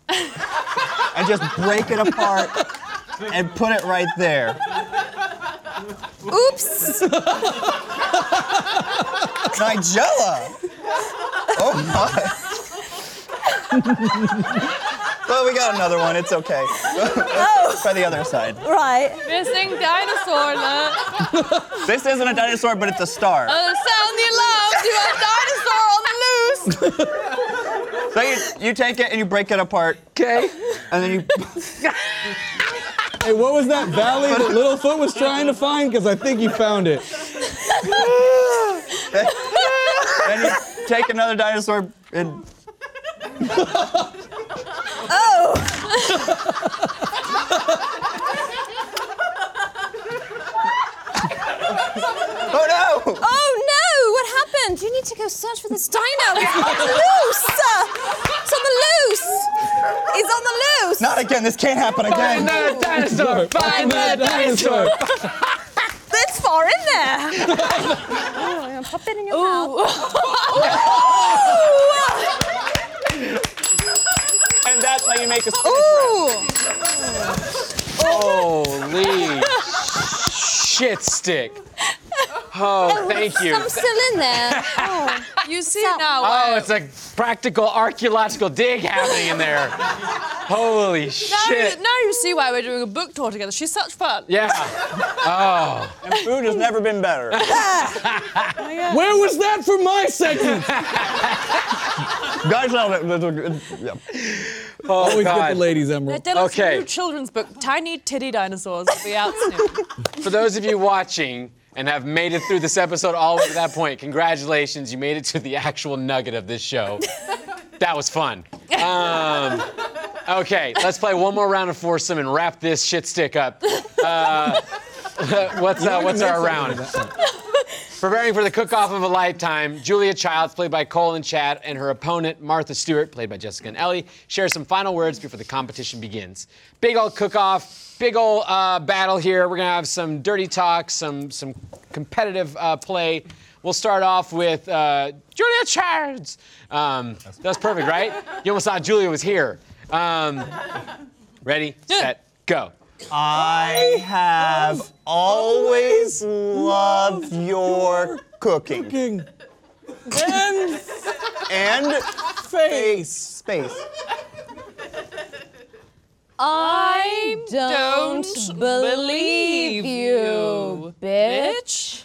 Speaker 6: and just break it apart and put it right there.
Speaker 4: Oops.
Speaker 6: Nigella. Oh my. well, we got another one. It's okay. Try the other side.
Speaker 4: right.
Speaker 3: Missing dinosaur alert.
Speaker 6: This isn't a dinosaur, but it's a star.
Speaker 3: Uh, sound the alarm to a dinosaur on the loose.
Speaker 6: So you, you take it and you break it apart,
Speaker 2: Okay.
Speaker 6: and then you.
Speaker 5: Hey, what was that valley that Littlefoot was trying to find? Because I think he found it.
Speaker 6: and you take another dinosaur and.
Speaker 5: Oh!
Speaker 6: Oh! oh no!
Speaker 4: Oh no! What happened? You need to go search for this dino. It's on the loose. It's on the loose. It's on the
Speaker 6: not again. This can't happen again.
Speaker 2: Find that dinosaur! Find that dinosaur!
Speaker 4: That's far in there. oh, I'm gonna pop it in your mouth.
Speaker 6: And that's how you make a spinach wrap.
Speaker 4: Ooh.
Speaker 2: Holy shit stick. Oh, thank you.
Speaker 4: Some still in there. Oh.
Speaker 3: You see
Speaker 4: So-
Speaker 3: now.
Speaker 2: Oh,
Speaker 3: why-
Speaker 2: it's a practical archaeological dig happening in there. Holy
Speaker 3: now,
Speaker 2: shit.
Speaker 3: You, now you see why we're doing a book tour together. She's such fun.
Speaker 2: Yeah.
Speaker 6: And food has never been better.
Speaker 5: Where was that for my segment?
Speaker 6: Guys, no, yeah.
Speaker 2: Oh,
Speaker 5: Always get
Speaker 2: God.
Speaker 5: the ladies, Emerald.
Speaker 3: Dylan's
Speaker 2: Okay.
Speaker 3: new children's book, Tiny Titty Dinosaurs, will be out soon.
Speaker 2: For those of you watching and have made it through this episode all the way to that point, congratulations. You made it to the actual nugget of this show. That was fun. Um, okay, let's play one more round of foursome and wrap this shit stick up. Uh, what's uh, what's our round? Preparing for the cook-off of a lifetime, Julia Childs, played by Cole and Chad, and her opponent, Martha Stewart, played by Jessica and Ellie, share some final words before the competition begins. Big old cook-off, big old uh, battle here. We're gonna have some dirty talk, some some competitive uh, play. We'll start off with uh, Julia Childs. Um, that's perfect, right? You almost thought Julia was here. Um, ready, set, go.
Speaker 6: I have always loved your cooking
Speaker 5: King. And
Speaker 6: and
Speaker 5: face.
Speaker 6: space. Space.
Speaker 4: I don't,
Speaker 3: don't believe
Speaker 4: believe you, bitch.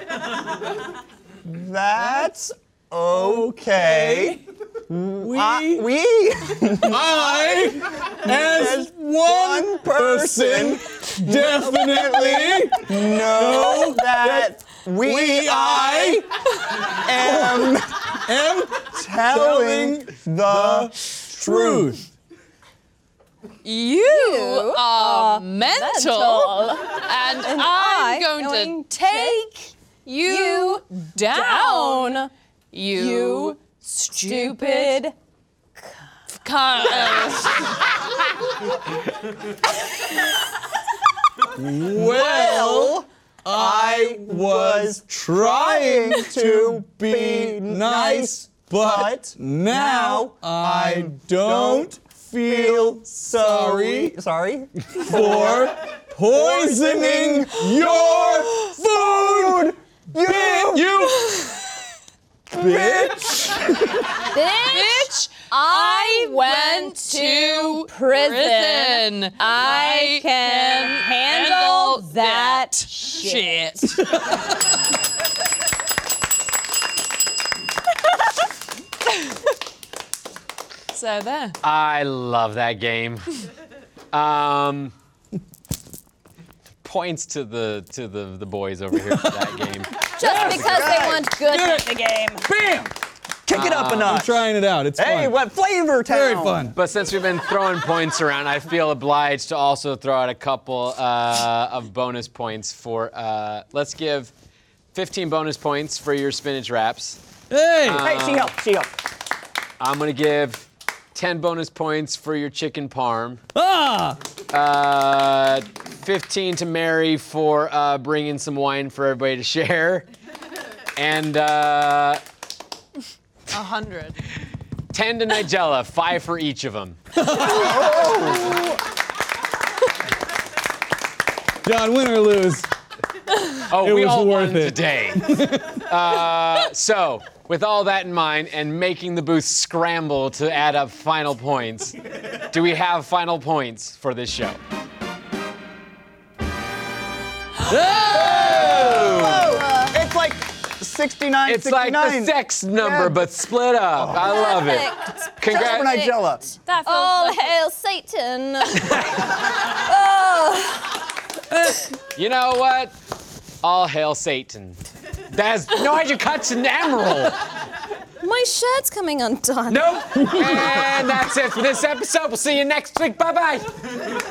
Speaker 6: That's okay.
Speaker 5: We,
Speaker 6: I-
Speaker 2: Uh,
Speaker 6: we,
Speaker 5: I, as one person, definitely
Speaker 6: know that we,
Speaker 5: we, I
Speaker 6: am
Speaker 5: am
Speaker 6: telling the
Speaker 5: truth.
Speaker 3: You are mental,
Speaker 4: Mental.
Speaker 3: and I'm going, to take you down. You
Speaker 4: stupid.
Speaker 3: cunt.
Speaker 5: Well,
Speaker 6: I
Speaker 5: was trying to be nice, but now I don't feel sorry
Speaker 6: Sorry.
Speaker 5: for poisoning your food. You, you bitch.
Speaker 4: Bitch, I went to prison.
Speaker 3: Prison.
Speaker 4: I can handle that
Speaker 3: shit. so there.
Speaker 2: I love that game. um, points to the to the, the boys over here for that game.
Speaker 4: Just because they want good at the game.
Speaker 5: Bam!
Speaker 6: Kick it up
Speaker 5: Ah,
Speaker 6: a
Speaker 5: I'm
Speaker 6: notch.
Speaker 5: trying it out. It's
Speaker 6: Hey,
Speaker 5: fun.
Speaker 6: what flavor town?
Speaker 5: Very fun.
Speaker 2: But since we've been throwing points around, I feel obliged to also throw out a couple uh, of bonus points for. Uh, let's give 15 bonus points for your spinach wraps. Uh,
Speaker 5: Hey,
Speaker 6: Hey, she helped. She helped.
Speaker 2: I'm gonna give 10 bonus points for your chicken parm.
Speaker 5: ah,
Speaker 2: Uh, 15 to Mary for uh, bringing some wine for everybody to share. And uh,
Speaker 3: A hundred.
Speaker 2: 10 to Nigella, five for each of them.
Speaker 5: John, win or lose.
Speaker 2: Oh,
Speaker 5: It
Speaker 2: we
Speaker 5: was
Speaker 2: all
Speaker 5: worth
Speaker 2: won
Speaker 5: it.
Speaker 2: today. uh, so, with all that in mind and making the booth scramble to add up final points, do we have final points for this show?
Speaker 6: Oh, It's like 69,
Speaker 2: It's
Speaker 6: 69.
Speaker 2: like the sex number,
Speaker 6: Yeah.
Speaker 2: but split up. I love it.
Speaker 4: Perfect.
Speaker 6: Just for
Speaker 2: Congrats.
Speaker 6: Nigella.
Speaker 4: That All hail Satan. oh,
Speaker 2: You know what? All hail Satan. That's no, I just cut an emerald.
Speaker 4: my shirt's coming undone.
Speaker 2: Nope. and that's it for this episode. We'll see you next week. Bye bye.